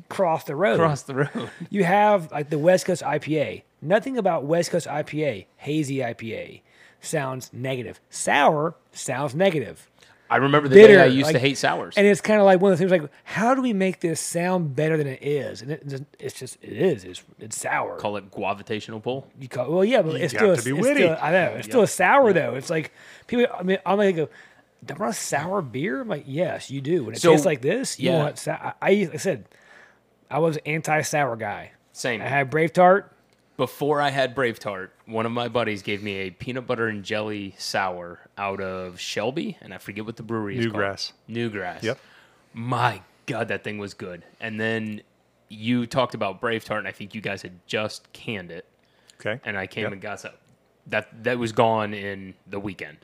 S3: cross the road.
S1: across the road.
S3: You have like the West Coast IPA. Nothing about West Coast IPA, hazy IPA, sounds negative. Sour sounds negative.
S1: I remember the day
S3: Bitter,
S1: I used to
S3: like-
S1: hate sours.
S3: And it's kind of like one of the things like, how do we make this sound better than it is? And it, it's just, it is. It's, it's sour.
S1: Call it gravitational pull.
S3: you call, well, yeah, but it's
S5: got
S3: still, a,
S5: to be
S3: it's
S5: witty.
S3: still- I know it's still a sour though. It's like people. I mean, I'm like, go, do I want a sour beer? I'm like, yes, you do. When it
S1: So-
S3: tastes like this, you
S1: yeah.
S3: want. Sou- I, I, like I said, I was anti-sour guy.
S1: Same.
S3: I had Brave Tart.
S1: Before I had Brave Tart, one of my buddies gave me a peanut butter and jelly sour out of Shelby, and I forget what the brewery is
S5: Newgrass.
S1: called. Newgrass.
S5: Yep.
S1: My God, that thing was good. And then you talked about Brave Tart, and I think you guys had just canned it,
S5: Okay.
S1: and I came
S5: Yep.
S1: and got some. That that was gone in the weekend.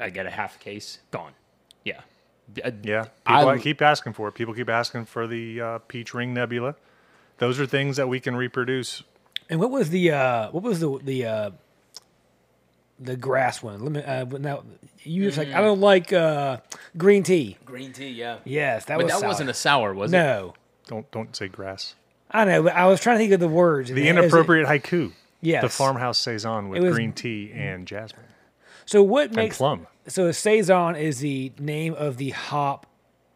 S1: I got a half case gone. Yeah. Uh,
S5: Yeah. People
S1: I-
S5: keep asking for it. People keep asking for the uh, peach ring nebula. Those are things that we can reproduce.
S3: And what was the uh, what was the the uh, the grass one? Let me. Uh, but now you was
S5: Mm.
S3: like, I don't like uh, green tea.
S1: Green tea, yeah.
S3: Yes, that
S1: But
S3: was
S1: that
S3: sour.
S1: wasn't a sour, was it?
S3: no.
S5: Don't don't say grass.
S3: I know, but I was trying to think of the words. and
S5: The
S3: it- it was-
S5: inappropriate haiku.
S3: Yes.
S5: The farmhouse saison with
S3: It was-
S5: green tea and jasmine
S3: So what
S5: and
S3: makes
S5: plum.
S3: So a saison is the name of the hop,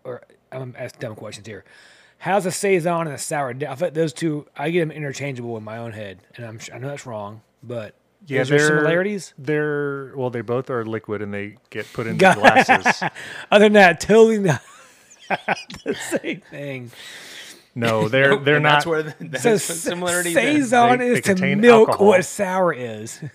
S3: or I'm asking dumb questions here. How's a saison and a sourdough? I thought those two, I get them interchangeable in my own head, and I'm su- I know that's wrong, but is there
S5: they're-
S3: similarities?
S5: They're well, they both are liquid and they
S1: <laughs>
S5: get put into
S3: Got-
S5: glasses.
S3: Other than that, totally not <laughs> the same thing.
S1: <laughs>
S5: No, they're they're
S1: And
S5: not.
S1: That's where the, that's
S3: So
S1: what
S3: similarity
S1: similarities.
S3: saison
S5: They-
S3: is
S5: they
S3: to
S5: contain
S3: milk
S5: alcohol.
S3: what sour is. <laughs>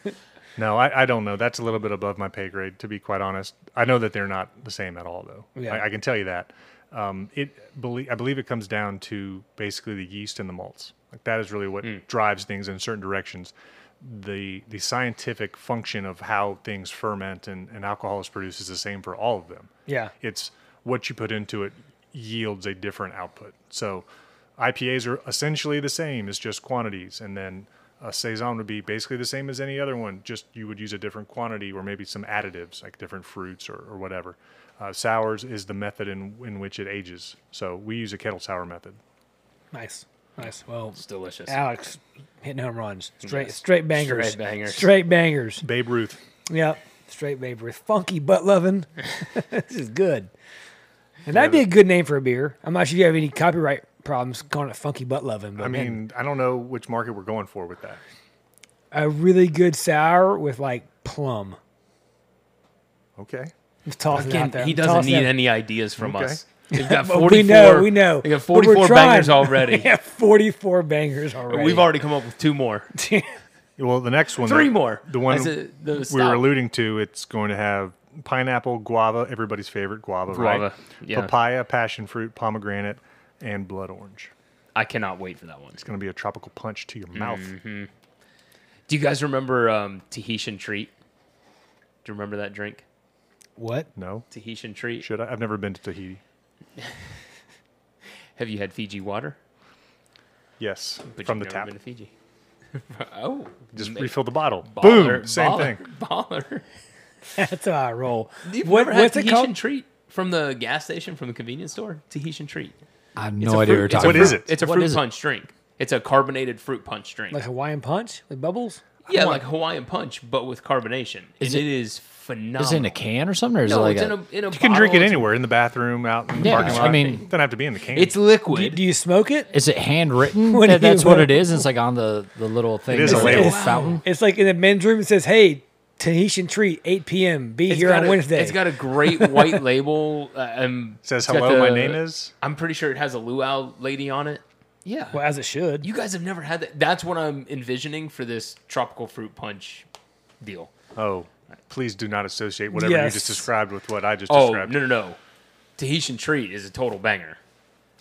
S5: No, I, I don't know. That's a little bit above my pay grade, to be quite honest. I know that they're not the same at all, though.
S3: Yeah.
S5: I, I can tell you that. Um, it belie- I believe it comes down to basically the yeast and the malts. Like that is really what
S1: Hmm.
S5: drives things in certain directions. The the scientific function of how things ferment and, and alcohol is produced is the same for all of them.
S3: Yeah.
S5: It's what you put into it yields a different output. So IPAs are essentially the same, it's just quantities. And then a Saison would be basically the same as any other one, just you would use a different quantity or maybe some additives like different fruits or, or whatever. Uh, sours is the method in, in which it ages. So we use a kettle sour method.
S3: Nice, nice. Well,
S1: It's delicious.
S3: Alex hitting home runs, straight straight bangers,
S1: Straight bangers.
S3: straight bangers.
S5: Babe Ruth.
S3: Yep. Straight Babe Ruth. Funky butt loving. <laughs> this is good. And that'd be a good name for a beer. I'm not sure if you have any copyright problems calling it funky butt loving, but
S5: I
S3: man,
S5: mean, I don't know which market we're going for with that.
S3: a really good sour with like plum.
S5: Okay.
S3: I'm just tossing it out there.
S1: Again, he
S3: I'm
S1: doesn't
S3: tossing
S1: need
S3: it.
S1: any ideas from
S5: Okay.
S1: us. They've got
S3: But
S1: 44.
S3: we know, we know.
S1: They got
S3: But we're
S1: 44
S3: trying.
S1: bangers already.
S3: <laughs> Yeah, 44 bangers already.
S1: We've already come up with two more.
S5: Well, the next one,
S1: Three
S5: that-
S1: more.
S5: The one
S1: That's it, the
S5: we were
S1: stop.
S5: alluding to, it's going to have pineapple, guava, everybody's favorite guava, right?
S1: Guava, yeah.
S5: Papaya, passion fruit, pomegranate, and blood orange.
S1: I cannot wait for that one.
S5: It's going to be a tropical punch to your mouth.
S1: Mm-hmm. Do you guys remember um, Tahitian treat? Do you remember that drink?
S3: What?
S5: No,
S1: Tahitian treat.
S5: should I? I've never been to Tahiti.
S1: Have you had Fiji water?
S5: Yes,
S1: But
S5: from the
S1: you've
S5: tap.
S1: never Been to
S5: <laughs>
S1: Fiji. oh,
S5: Just
S1: ma-
S5: refill the bottle.
S1: baller,
S5: Boom, same
S1: baller,
S5: thing.
S1: Baller.
S3: That's how I roll.
S1: You've
S3: What-
S1: never had
S3: what's it
S1: Tahitian
S3: called?
S1: treat from the gas station, from the convenience store? Tahitian treat.
S6: I have
S1: It's a fruit-
S6: no idea what you're
S1: it's
S6: talking
S1: a
S5: What
S6: about.
S5: is
S1: fruit-
S5: it?
S1: It's a
S6: What
S1: fruit
S6: is it?
S1: punch drink. It's a carbonated fruit punch drink.
S3: Like Hawaiian punch with bubbles?
S1: yeah, like Hawaiian punch, but with carbonation.
S6: Is
S1: and
S6: it-
S1: it is phenomenal.
S6: Is it in a can or something? Or is
S1: No,
S6: it like
S1: it's
S6: a-
S1: in a, in a
S5: You can drink it
S1: bottle.
S5: anywhere in the bathroom, out in the
S6: Yeah,
S5: parking lot.
S6: I mean-
S5: doesn't have to be in the can.
S1: It's
S5: It's
S1: liquid.
S3: Do you smoke it?
S6: Is it handwritten?
S3: What
S6: That-
S3: do you-
S6: that's what it is. It's like on the, the little thing.
S5: is
S6: that's
S5: a
S6: like
S5: label.
S6: little fountain.
S3: It's like in the men's room, it says, hey, Tahitian treat, 8 p.m. Be
S1: It's
S3: here
S1: got
S3: on
S1: a-
S3: Wednesday.
S1: It's got a <laughs> great white label. Uh, um,
S5: Says,
S1: it's got
S5: "Hello, my
S1: the-
S5: name is-"
S1: I'm pretty sure it has a luau lady on it. Yeah.
S3: well, as it should.
S1: You guys have never had that. That's what I'm envisioning for this tropical fruit punch deal.
S5: oh, please do not associate whatever you
S3: Yes.
S5: just described with what I just
S1: Oh, no,
S5: described.
S1: no, no. Tahitian treat is a total banger.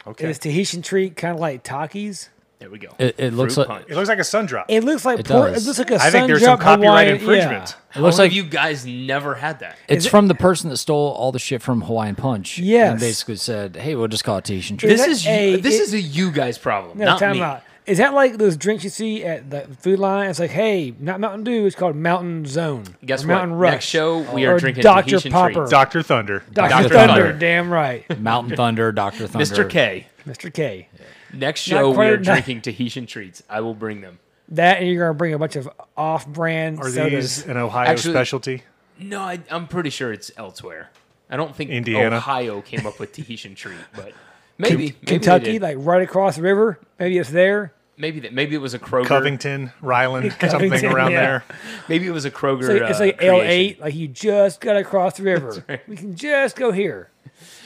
S5: Okay,
S3: Is Tahitian treat kind of like Takis?
S1: There we go.
S6: It- it looks
S1: Fruit
S6: like-
S1: punch.
S5: it looks like a sun drop.
S3: It looks like
S6: It
S3: por- it
S6: does.
S3: looks like a
S5: I think there's some
S3: sun-dropped
S5: copyright
S3: Hawaiian-
S5: infrigement.
S6: It looks like
S1: you guys never had that.
S6: it's from the person that stole all the shit from Hawaiian Punch.
S3: Yes.
S6: And basically said, hey, we'll just call it Tahitian
S3: Is
S6: treat.
S1: this
S3: that
S1: is
S3: a-
S1: you this
S3: it-
S1: is a you guys problem,
S3: Yeah. No,
S1: not
S3: time
S1: me.
S3: out. Is that like those drinks you see at the food line? It's like, hey, not Mountain Dew. It's called Mountain Zone.
S1: Guess
S3: or
S1: what?
S3: Mountain Rush.
S1: Next show we
S3: Or
S1: are drinking
S3: Dr.
S1: Tahitian
S3: Popper.
S1: treats.
S5: Doctor Thunder.
S3: Dr.
S1: Dr.
S3: Thunder.
S1: Thunder.
S3: Damn right. <laughs>
S6: Mountain Thunder, Dr. Thunder.
S1: Mr. K.
S3: Mr. K.
S1: Next show we
S3: quite-
S1: are
S3: <laughs> not-
S1: drinking Tahitian treats. I will bring them.
S3: That and you're going to bring a bunch of off brand
S5: Are
S3: sodas.
S5: these an Ohio
S1: Actually-
S5: specialty?
S1: No, I, I'm pretty sure it's elsewhere. I don't think
S5: Indiana.
S1: Ohio came up with Tahitian treat, but maybe maybe They
S3: Kentucky,
S1: did.
S3: like right across the river. Maybe it's there.
S1: maybe that maybe it was a Kroger.
S5: Covington, Ryland, something
S3: Covington,
S5: around
S3: yeah.
S5: there.
S1: <laughs> Maybe it was a Kroger.
S3: It's like, it's
S1: uh,
S3: like
S1: creation.
S3: L8. Like you just got across the
S5: <laughs>
S3: river. We can just go here.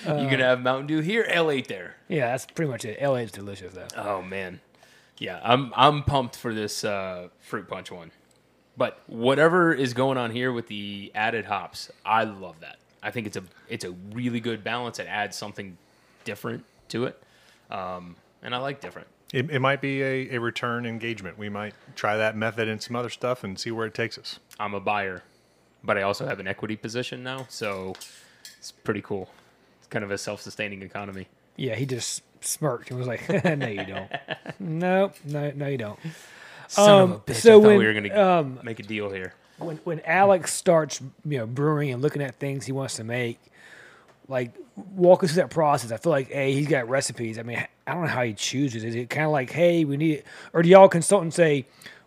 S3: uh,
S1: You're gonna have Mountain Dew here, L8 there.
S3: Yeah, that's pretty much it. L8 is delicious, though.
S1: Oh man, yeah, I'm I'm pumped for this uh, fruit punch one. But whatever is going on here with the added hops, I love that. I think it's a it's a really good balance. It adds something different to it, um, and I like different.
S5: It, it might be a, a return engagement. We might try that method and some other stuff and see where it takes us.
S1: I'm a buyer, but I also have an equity position now, so it's pretty cool. It's kind of a self sustaining economy.
S3: Yeah, he just smirked and was like, <laughs> "No, you don't. no, no, no, you don't."
S1: Son
S3: Um,
S1: of a bitch!
S3: so
S1: I thought
S3: when, um,
S1: we were gonna make a deal here.
S3: When when Alex starts, you know, brewing and looking at things he wants to make, Like, walk us through that process. I feel like, hey, he's got recipes. I mean, I don't know how he chooses. Is it kind of like, hey, we need, or do y'all consultants say,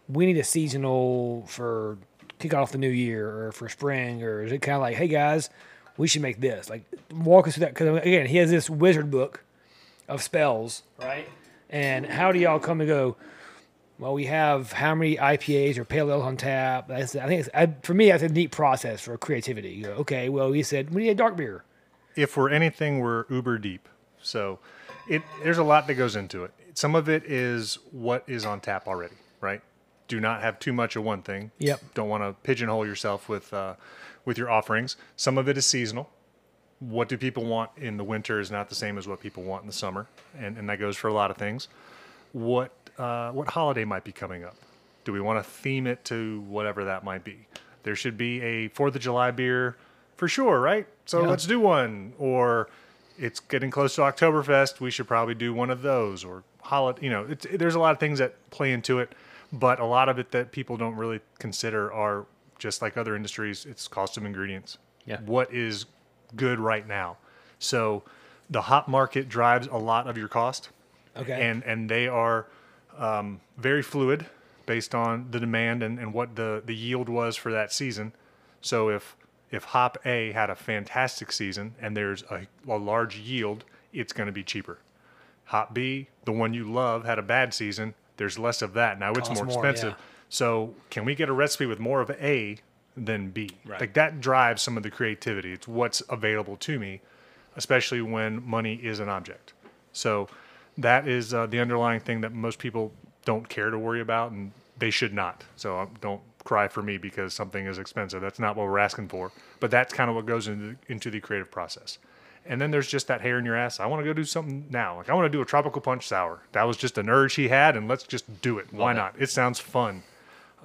S3: we need a seasonal for kick off the new year or for spring? Or is it kind of like, hey, guys, we should make this? Like, walk us through that. Because, again, he has this wizard book of spells, right? And how do y'all come to go? Well, we have how many IPAs or pale ales on tap? That's, I think it's, I, for me, that's a neat process for creativity. You go, okay, well, he said we need a dark beer.
S5: if we're anything, we're uber deep. So it there's a lot that goes into it. Some of it is what is on tap already, right? Do not have too much of one thing.
S3: Yep.
S5: Don't want to pigeonhole yourself with uh, with your offerings. Some of it is seasonal. What do people want in the winter is not the same as what people want in the summer, and and that goes for a lot of things. What uh, what holiday might be coming up? Do we want to theme it to whatever that might be? There should be a Fourth of July beer for sure, right? So let's do one. Or it's getting close to Oktoberfest. We should probably do one of those. Or holiday, you know, it's, there's a lot of things that play into it, but a lot of it that people don't really consider are just like other industries. It's cost of ingredients.
S1: Yeah.
S5: What is good right now? So the hot market drives a lot of your cost
S3: Okay.
S5: and and they are um, very fluid based on the demand and, and what the, the yield was for that season. So if if hop A had a fantastic season and there's a, a large yield, it's going to be cheaper. Hop B, the one you love, had a bad season. There's less of that now. It's
S3: Costs
S5: more
S3: more,
S5: expensive.
S3: yeah.
S5: So can we get a recipe with more of A than B? Like that drives some of the creativity. It's what's available to me, especially when money is an object. So that is uh, the underlying thing that most people don't care to worry about, and they should not. So um, don't cry for me because something is expensive. That's not what we're asking for. But that's kind of what goes into into the creative process. And then there's just that hair in your ass. I want to go do something now. Like I want to do a tropical punch sour. That was just an urge he had, and let's just do it. Why not? It sounds fun.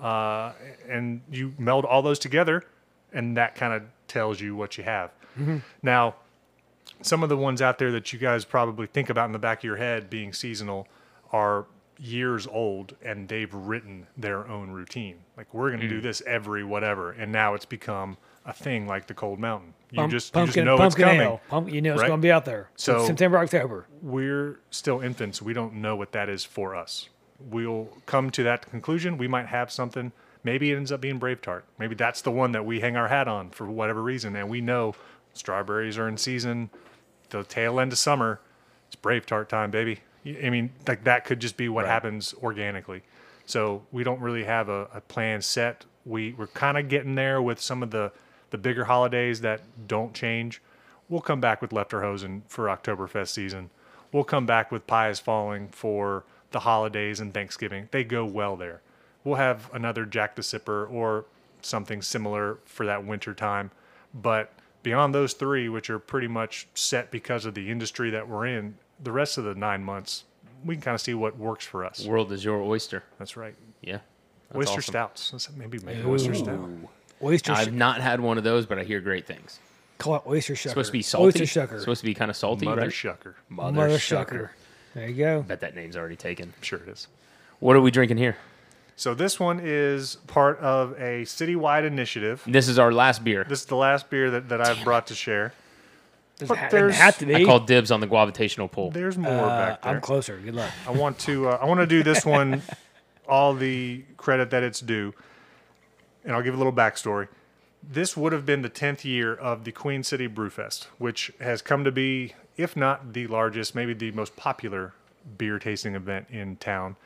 S5: Uh, and you meld all those together, and that kind of tells you what you have.
S3: Mm-hmm.
S5: Now, some of the ones out there that you guys probably think about in the back of your head being seasonal are years old and they've written their own routine. Like we're going to
S3: Mm.
S5: do this every whatever and now it's become a thing like the cold mountain. You
S3: Pump-
S5: just
S3: pumpkin,
S5: you just know it's
S3: pumpkin
S5: coming.
S3: ale. Pump, you know it's
S5: right?
S3: going to be out there. So
S5: So-
S3: September, October.
S5: We're still infants. We don't know what that is for us. We'll come to that conclusion. We might have something. Maybe it ends up being Brave Tart. Maybe that's the one that we hang our hat on for whatever reason. And we know strawberries are in season, the tail end of summer. It's Brave Tart time, baby. Y- I mean, like that could just be what happens organically. So we don't really have a, a plan set. We we're kind of getting there with some of the the bigger holidays that don't change. We'll come back with Lefterhosen for Oktoberfest season. We'll come back with Pie is Falling for the holidays and Thanksgiving. They go well there. We'll have another Jack the Sipper or something similar for that winter time. But beyond those three, which are pretty much set because of the industry that we're in, the rest of the nine months, we can kind of see what works for us.
S1: World is your oyster.
S5: That's right.
S1: Yeah. That's
S5: oyster
S1: awesome.
S5: stouts. Let's maybe make an oyster stout.
S3: Oyster,
S1: I've not had one of those, but I hear great things.
S3: call it oyster shucker.
S1: Supposed to be salty.
S3: Oyster shucker.
S1: Supposed to be kind of salty,
S5: Mother
S1: right?
S5: shucker. I'm
S1: Mother,
S3: Mother
S1: shucker.
S3: shucker. There you go.
S1: Bet that name's already taken.
S5: sure it is.
S1: What are we drinking here?
S5: So this one is part of a citywide initiative.
S1: This is our last beer.
S5: This is the last beer that, that I've brought to share.
S3: Doesn't ha- doesn't
S5: there's-
S3: have to be.
S1: I called dibs on the gravitational pull.
S5: There's more
S3: Uh,
S5: back there.
S3: I'm closer. Good luck.
S5: I want to uh, I want to do this one all the credit that it's due, and I'll give a little backstory. This would have been the tenth year of the Queen City Brewfest, which has come to be, if not the largest, maybe the most popular beer tasting event in town.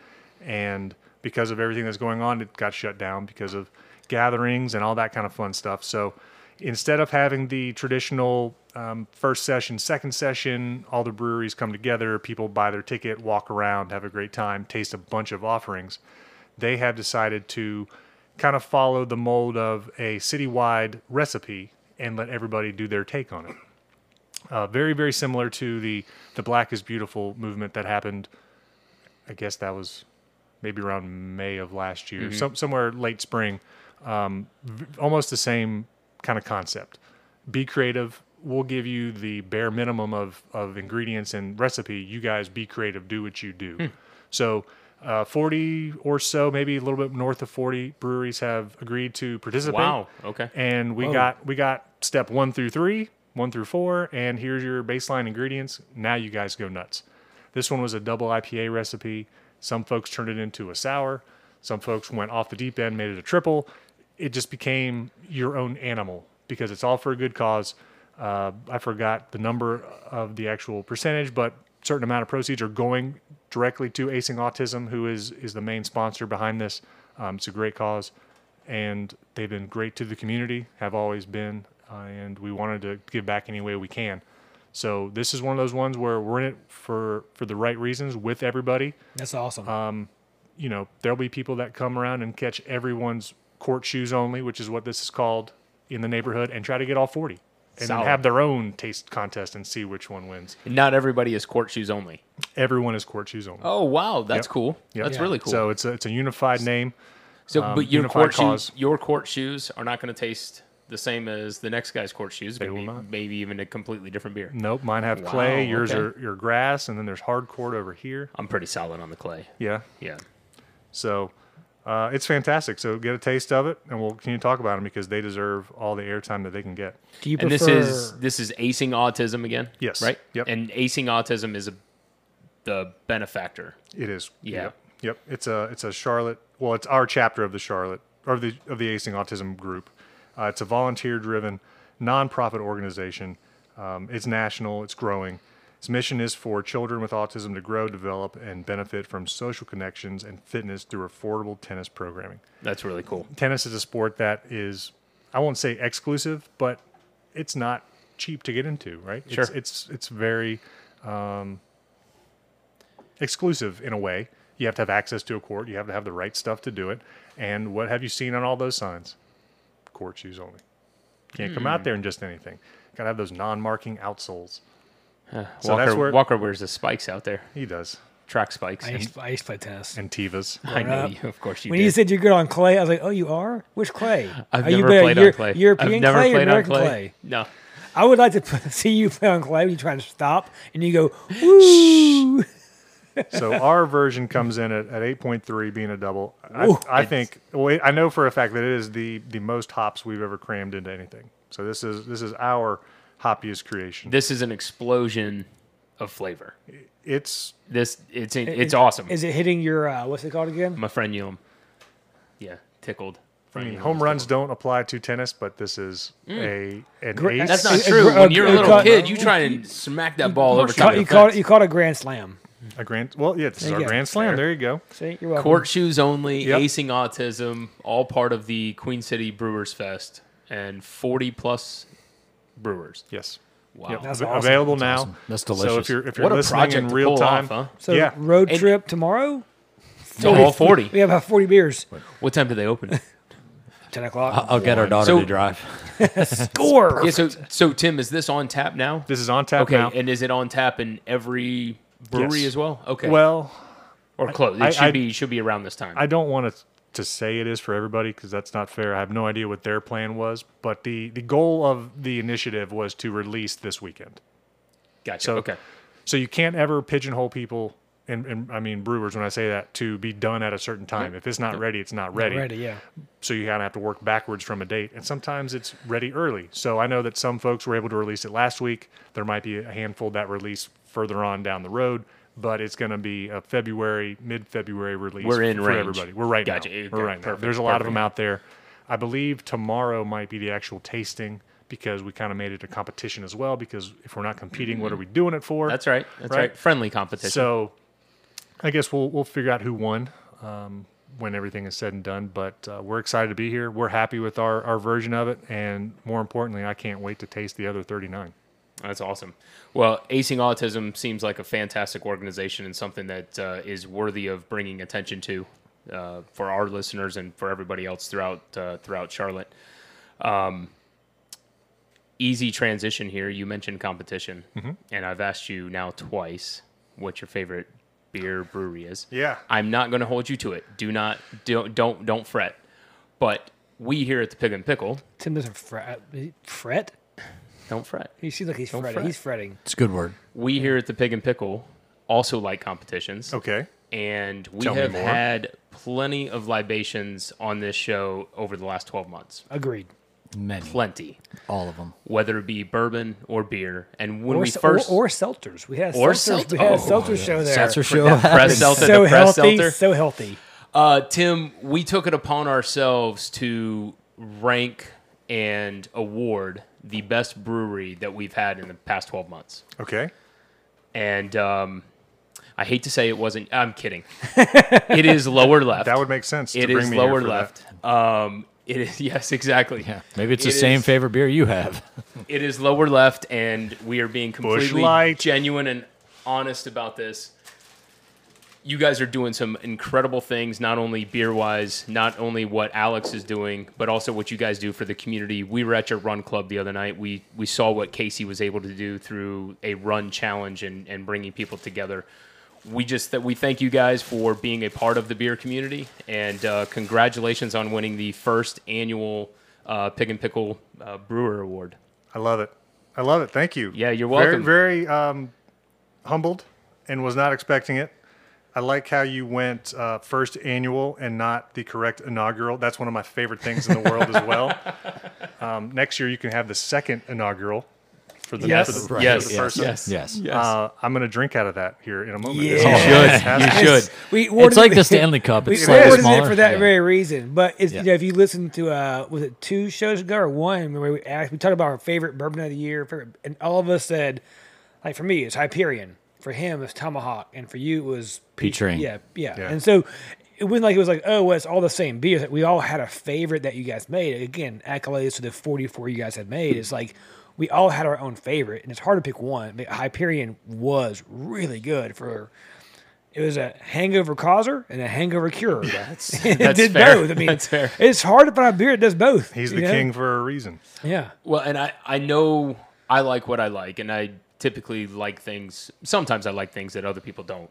S5: And because of everything that's going on, it got shut down because of gatherings and all that kind of fun stuff. So instead of having the traditional um, first session, second session, all the breweries come together, people buy their ticket, walk around, have a great time, taste a bunch of offerings, they have decided to kind of follow the mold of a citywide recipe and let everybody do their take on it. Uh, very, very similar to the the Black is Beautiful movement that happened. I guess that was maybe around May of last
S1: Mm-hmm.
S5: year, some, somewhere late spring um, almost the same kind of concept. Be creative. We'll give you the bare minimum of, of ingredients and recipe. You guys be creative. Do what you
S1: Hmm.
S5: do. So, uh, 40 or so, maybe a little bit north of 40 breweries have agreed to participate.
S1: Wow, okay.
S5: And we got we got step one through three. one through four, and here's your baseline ingredients. Now you guys go nuts. This one was a double IPA recipe. Some folks turned it into a sour. Some folks went off the deep end, made it a triple. It just became your own animal because it's all for a good cause. Uh, I forgot the number of the actual percentage, but certain amount of proceeds are going directly to Acing Autism, who is is the main sponsor behind this. Um, it's a great cause, and they've been great to the community, have always been, uh, and we wanted to give back any way we can. So this is one of those ones where we're in it for for the right reasons with everybody.
S3: That's awesome.
S5: Uh, You know, there'll be people that come around and catch everyone's court shoes only, which is what this is called in the neighborhood, and try to get all forty, and then
S1: Solid.
S5: have their own taste contest and see which one wins.
S1: Not everybody is court shoes only.
S5: Everyone is court shoes only.
S1: Oh wow, that's
S5: Yep.
S1: cool.
S5: Yep.
S1: That's
S5: Yeah.
S1: really cool. So,
S5: So it's a, it's a unified name. um,
S1: but your
S5: unified
S1: court shoes,
S5: cause.
S1: your court shoes are not going to taste the same as the next guy's court shoes. They
S5: will
S1: maybe,
S5: not.
S1: maybe even a completely different beer.
S5: Nope, mine have
S1: Wow,
S5: clay. Yours
S1: okay.
S5: are your grass, and then there's hardcore over here.
S1: I'm pretty solid on the clay.
S5: Yeah,
S1: Yeah.
S5: so uh, it's fantastic. So get a taste of it, and we'll continue to talk about them because they deserve all the airtime that they can get.
S3: Do you
S1: And
S3: prefer?
S1: this is this is acing autism again.
S5: Yes.
S1: Right.
S5: Yep.
S1: And acing autism is a, the benefactor.
S5: It is.
S1: Yeah.
S5: Yep. Yep. It's a it's a Charlotte. Well, it's our chapter of the Charlotte or the of the Acing Autism group. Uh, it's a volunteer driven nonprofit organization. Um, it's national. It's growing. Its mission is for children with autism to grow, develop, and benefit from social connections and fitness through affordable tennis programming.
S1: That's really cool.
S5: tennis is a sport that is I won't say exclusive, but it's not cheap to get into, right?
S1: Sure.
S5: It's it's, it's very um, exclusive in a way. You have to have access to a court, you have to have the right stuff to do it. And what have you seen on all those signs? Court shoes only. Can't come out there in just anything. Gotta have those non marking outsoles. So
S1: Walker,
S5: that's where-
S1: Walker wears the spikes out there,
S5: He does.
S1: track spikes.
S3: I
S1: and-
S3: used, to- I used to play tennis.
S5: And Tivas.
S1: I know
S3: up.
S1: you. Of course you
S3: When
S1: did.
S3: you said you're good on clay, I was like, "Oh, you are? Which clay?
S1: I've
S3: Are
S1: never
S3: you better
S1: played
S3: Eur-
S1: on clay.
S3: European
S1: I've never
S3: clay or
S1: played
S3: American
S1: on clay.
S3: clay?
S1: No.
S3: I would like to put, <laughs> see you play on clay when you try to stop and you go, "Woo!"
S5: So our version comes in at, at 8.3 being a double. I, I think well, I know for a fact that it is the the most hops we've ever crammed into anything. So this is this is our hoppiest creation.
S1: This is an explosion of flavor.
S5: It's
S1: This it's it's
S3: Is-
S1: awesome.
S3: Is it hitting your uh, what's it called again?
S1: My friend Yulum. Yeah, tickled.
S5: I
S1: Friend
S5: mean
S1: Yulem
S5: home
S1: was
S5: runs
S1: tickled.
S5: don't apply to tennis, but this is a an
S3: Gr-
S5: ace.
S1: Mm. That's
S3: Uh,
S1: not
S3: uh,
S1: true.
S3: uh,
S1: When you're a
S3: you
S1: little
S3: caught-
S1: kid, you try and smack that ball over
S3: You
S1: top
S3: call,
S1: of
S3: you,
S1: the
S3: call it,
S1: fence.
S3: you call it a grand slam.
S5: a grand. Well, yeah, this is
S3: There
S5: our
S3: you go.
S5: grand slam. There you go.
S3: See, you're welcome.
S1: Court shoes only,
S5: Yep.
S1: acing autism, all part of the Queen City Brewers Fest, and 40 plus brewers.
S5: Yes.
S1: Wow.
S5: Yep.
S3: That's
S5: Av-
S3: awesome.
S5: Available now.
S6: awesome. That's
S5: So if
S6: delicious.
S5: you're if you're
S1: What a
S5: listening
S1: project
S5: in
S1: to
S5: real
S1: pull off,
S5: time,
S1: huh?
S3: So
S5: yeah,
S3: road
S1: And-
S3: trip tomorrow.
S1: So all 40.
S3: <laughs> We have about forty beers.
S1: What Uh, time do they open?
S3: Ten o'clock.
S6: I'll get our daughter
S1: So-
S6: to drive.
S3: Score.
S1: yeah, so, so, Tim, is this on tap now?
S5: this is on tap
S1: Okay,
S5: now.
S1: and is it on tap in every brewery
S5: Yes.
S1: as well? Okay,
S5: well,
S1: or close. It
S5: I-
S1: should
S5: I-
S1: be should be around this time.
S5: I don't want to to say it is for everybody because that's not fair. I have no idea what their plan was, but the the goal of the initiative was to release this weekend.
S1: gotcha.
S5: So
S1: okay,
S5: so you can't ever pigeonhole people. And, and I mean brewers when I say that to be done at a certain time. If it's not ready, it's not ready.
S3: Ready, yeah.
S5: So you kind of have to work backwards from a date. And sometimes it's ready early. So I know that some folks were able to release it last week. There might be a handful that release further on down the road, but it's going to be a February, mid-February release
S1: We're in
S5: for
S1: range.
S5: everybody. We're right
S1: Gotcha.
S5: now.
S1: Okay,
S5: We're right
S1: perfect,
S5: now. There's a lot of
S1: perfect.
S5: them out there. I believe tomorrow might be the actual tasting because we kind of made it a competition as well. Because if we're not competing, what are we doing it for?
S1: Mm-hmm. that's right. That's right.
S5: Right.
S1: Friendly competition.
S5: So, I guess we'll we'll figure out who won um, when everything is said and done. But uh, we're excited to be here. We're happy with our our version of it, and more importantly, I can't wait to taste the other 39.
S1: That's awesome. Well, Acing Autism seems like a fantastic organization and something that uh, is worthy of bringing attention to uh, for our listeners and for everybody else throughout uh, throughout Charlotte. Um, easy transition here. You mentioned competition, and I've asked you now twice what your favorite beer brewery is.
S5: Yeah.
S1: I'm not going to hold you to it. Do not don't don't don't fret. But we here at the Pig and Pickle
S3: Tim doesn't fret. uh, Fret?
S1: don't fret.
S3: He seems like he's fretting.
S1: fret.
S3: He's fretting.
S6: It's a good word.
S1: We here at the Pig and Pickle also like competitions.
S5: Okay.
S1: and we
S5: Tell me
S1: have
S5: more.
S1: had plenty of libations on this show over the last 12 months.
S3: Agreed.
S6: Many.
S1: plenty,
S6: All of them.
S1: whether it be bourbon or beer. And when
S3: Or,
S1: we
S3: se-
S1: first <laughs>
S3: or, or seltzers. We had a
S1: Or
S3: seltzers.
S1: seltz-
S3: we had a
S1: oh,
S3: seltzer show there.
S6: Seltzer show.
S1: that <laughs> press
S3: <laughs>
S1: seltzer,
S3: So
S1: the press
S3: healthy,
S1: seltzer.
S3: so healthy.
S1: Uh, Tim, we took it upon ourselves to rank and award the best brewery that we've had in the past 12 months.
S5: Okay.
S1: And um, I hate to say it wasn't, I'm
S3: <laughs>
S1: kidding. it is lower left.
S5: That would make sense. to
S1: It
S5: bring
S1: is
S5: me here
S1: lower
S5: for that.
S1: left. Um, it is, <laughs> yes, exactly.
S6: Yeah. Maybe it's the
S1: It
S6: same
S1: is-
S6: favorite beer you have. <laughs>
S1: It is lower left, and we are being completely
S5: Light.
S1: genuine and honest about this. You guys are doing some incredible things, not only beer wise, not only what Alex is doing, but also what you guys do for the community. We were at your run club the other night. We we saw what Casey was able to do through a run challenge and, and bringing people together. We just that we thank you guys for being a part of the beer community, and uh, congratulations on winning the first annual uh, Pig and Pickle uh, Brewer Award.
S5: I love it. I love it. Thank you.
S1: Yeah, you're welcome.
S5: Very, very um, humbled and was not expecting it. I like how you went uh, first annual and not the correct inaugural. That's one of my favorite things in the world as
S1: <laughs>
S5: well. Um, next year, you can have the second inaugural for the,
S1: Yes.
S5: for the, for the
S1: Yes. Yes. Oh,
S5: person.
S1: Yes.
S6: Yes.
S5: Uh, I'm going to drink out of that here in a moment.
S3: Yeah.
S5: It's
S3: You
S5: all
S3: should.
S5: fantastic.
S6: You should.
S3: We
S6: It's
S3: ordered
S6: like
S3: it- <laughs>
S6: the Stanley Cup.
S3: We
S6: It's slightly
S3: ordered
S6: smaller.
S3: it for that
S6: Yeah.
S3: very reason. But it's,
S6: Yeah.
S3: you know, if you listen to uh, was it two shows ago or one where we asked, we talked about our favorite bourbon of the year, favorite, and all of us said, like for me, it's Hyperion. For him, it's Tomahawk, and for you, it was
S6: Peach Ring.
S3: Yeah, yeah,
S5: Yeah.
S3: And so it wasn't like it was like, oh, well, it's all the same beers. Like, we all had a favorite that you guys made. Again, accolades to the forty-four you guys had made. It's like we all had our own favorite, and it's hard to pick one. But Hyperion was really good for. It was a hangover causer and a hangover curer. <laughs> <laughs> it
S1: <laughs> that's
S3: did
S1: fair.
S3: both. I mean,
S1: That's fair.
S3: it's hard to find a beer that does both.
S5: He's
S3: you
S5: the
S3: know?
S5: king for a reason.
S3: Yeah.
S1: Well, and I, I know I like what I like, and I typically like things. Sometimes I like things that other people don't.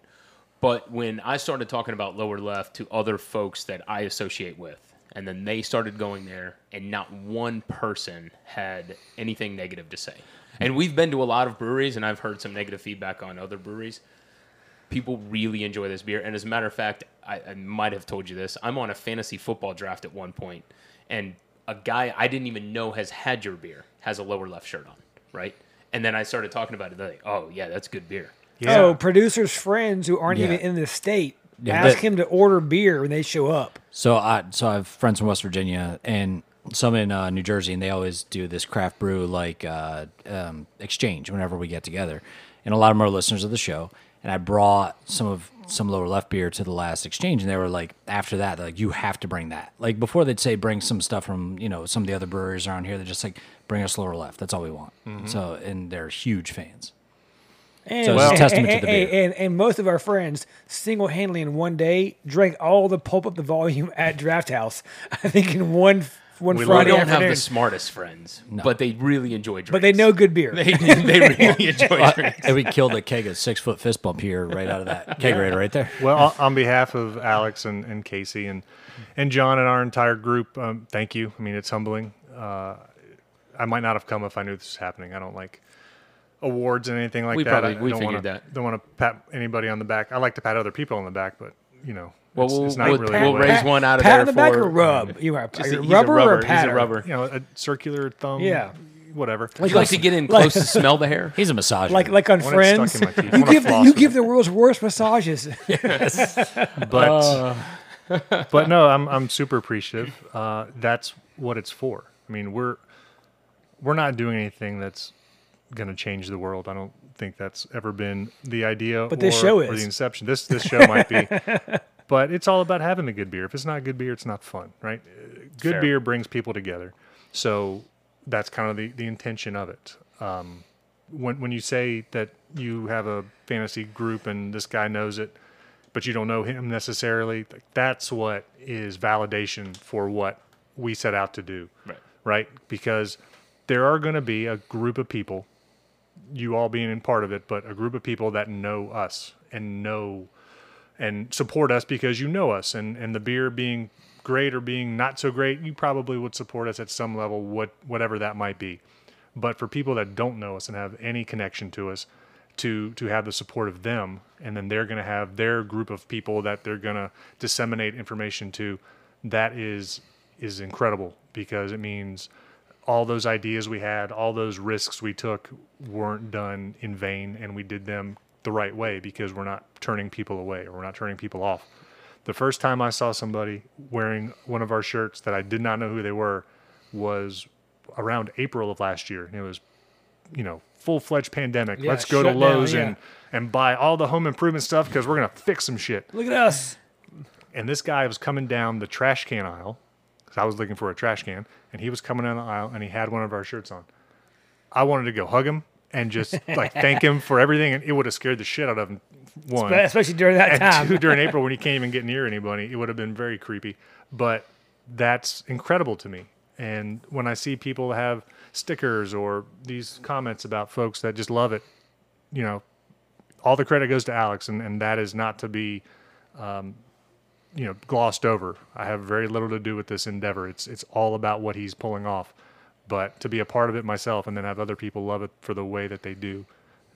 S1: But when I started talking about lower left to other folks that I associate with, and then they started going there, and not one person had anything negative to say. And we've been to a lot of breweries, and I've heard some negative feedback on other breweries. People really enjoy this beer. And as a matter of fact, I, I might have told you this. I'm on a fantasy football draft at one point, and a guy I didn't even know has had your beer has a lower left shirt on, right? And then I started talking about it. They're like, oh, yeah, that's good beer.
S3: Oh, producers' friends who aren't even in the state
S6: Yeah,
S3: ask
S6: that-
S3: him to order beer when they show up.
S6: So I so I have friends in West Virginia and some in uh, New Jersey, and they always do this craft brew like uh, um, exchange whenever we get together. And a lot of them are listeners of the show. And I brought some of some lower left beer to the last exchange, and they were like, after that, they're like you have to bring that. Like before, they'd say bring some stuff from you know some of the other breweries around here. They're just like bring us lower left. That's all we want. So and they're huge fans.
S3: And,
S6: So it's a testament
S3: and,
S6: to the beer.
S3: And, and, and most of our friends single handedly in one day drank all the pulp up the volume <laughs> at Draft House. I think in one one
S5: We
S1: I
S3: Friday
S1: don't have
S3: afternoon.
S1: the smartest friends, but they really enjoy drinks.
S3: but they know good beer.
S1: <laughs> they, they
S3: <laughs>
S1: really enjoy drinks.
S6: and we killed a keg of six foot fist bump here right out of that kegerator right there.
S5: Well, on- on behalf of Alex and, and Casey and and John and our entire group, um, thank you. I mean, it's humbling. Uh, I might not have come if I knew this was happening. I don't like awards and anything like
S1: We
S5: that.
S1: probably-
S5: I,
S1: we
S5: don't
S1: figured
S5: wanna,
S1: that.
S5: Don't want to pat anybody on the back. I like to pat other people on the back, but you know,
S1: Well,
S5: it's,
S1: we'll,
S5: it's not
S1: we'll-
S5: really.
S1: pat-
S5: a
S1: we'll
S5: way. <laughs>
S1: raise one out of
S3: pat
S1: there
S3: on the back
S1: for-
S3: or rub? You are,
S1: Just
S3: are
S1: a-
S3: you
S1: he's
S3: rubber
S1: a rubber.
S3: or patter?
S1: He's a rubber.
S5: You know, a circular thumb.
S3: Yeah.
S5: whatever.
S1: Would you like to get in close to smell the hair?
S6: He's a massage.
S3: Like like on
S5: I want it
S3: Friends.
S5: stuck in my teeth. I
S3: You
S5: wanna
S3: give the,
S5: floss
S3: you
S5: with
S3: give
S5: it.
S3: the world's
S1: <laughs>
S3: worst massages.
S5: but
S3: Uh.
S5: <laughs> but no, I'm I'm super appreciative. Uh, that's what it's for. I mean, we're we're not doing anything that's going to change the world. I don't think that's ever been the idea. But
S3: this
S5: or,
S3: show
S5: or
S3: is.
S5: the inception.
S3: <laughs>
S5: This this show might be. But it's all about having a good beer. If it's not good beer, it's not fun, right? Uh, Good
S1: Fair.
S5: beer brings people together. So that's kind of the, the intention of it. Um, when when you say that you have a fantasy group and this guy knows it, but you don't know him necessarily. Like, That's what is validation for what we set out to do. Right. Because there are going to be a group of people, you all being in part of it, but a group of people that know us and know and support us because you know us and, and the beer being great or being not so great, you probably would support us at some level, what whatever that might be. But for people that don't know us and have any connection to us, to to have the support of them, and then they're gonna have their group of people that they're gonna disseminate information to, that is is incredible because it means all those ideas we had, all those risks we took weren't done in vain, and we did them the right way because we're not turning people away or we're not turning people off. The first time I saw somebody wearing one of our shirts that I did not know who they were was around April of last year, and it was, you know, full fledged pandemic.
S3: Yeah,
S5: Let's go to
S3: shut down,
S5: Lowe's
S3: yeah.
S5: and and buy all the home improvement stuff because we're gonna fix some shit
S3: Look at us.
S5: and this guy was coming down the trash can aisle because I was looking for a trash can, and he was coming down the aisle and he had one of our shirts on. I wanted to go hug him and just like thank him for everything, and it would have scared the shit out of him. One
S3: Especially during that
S5: <laughs> and two
S3: time.
S5: during April when you can't even get near anybody, it would have been very creepy. But that's incredible to me. And when I see people have stickers or these comments about folks that just love it, you know, all the credit goes to Alex, and, and that is not to be, um, you know, glossed over. I have very little to do with this endeavor. It's it's all about what he's pulling off. But to be a part of it myself, and then have other people love it for the way that they do,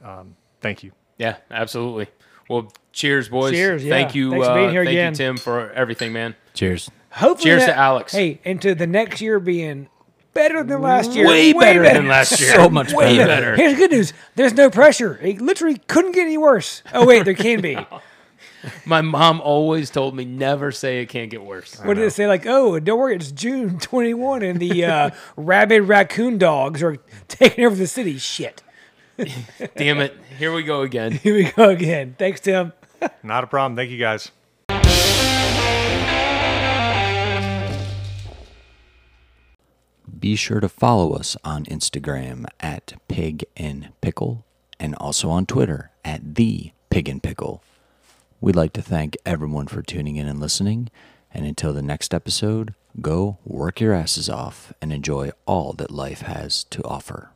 S5: um, thank you.
S1: <laughs> Yeah, absolutely. Well, cheers, boys.
S3: Cheers, yeah.
S1: Thank you.
S3: Thanks for
S1: uh,
S3: being here
S1: thank
S3: again.
S1: you, Tim, for everything, man.
S6: Cheers.
S3: Hopefully
S1: Cheers
S3: that-
S1: to Alex.
S3: Hey, and to the next year being better than last year.
S1: Way better than
S6: <laughs>
S1: last year.
S6: So much
S3: Way
S6: better.
S3: better. Here's the good news. There's no pressure. It literally couldn't get any worse. <laughs> Oh wait, there can be.
S1: My mom always told me never say it can't get worse.
S3: What did it say? Like, oh, don't worry, it's June <laughs> 21, and the uh, rabid raccoon dogs are <laughs> taking over the city. Shit.
S1: Damn it. Here we go again.
S3: Here we go again. Thanks, Tim.
S5: Not a problem. Thank you guys.
S4: Be sure to follow us on Instagram at Pig and Pickle and also on Twitter at The Pig and Pickle. We'd like to thank everyone for tuning in and listening. And until the next episode, go work your asses off and enjoy all that life has to offer.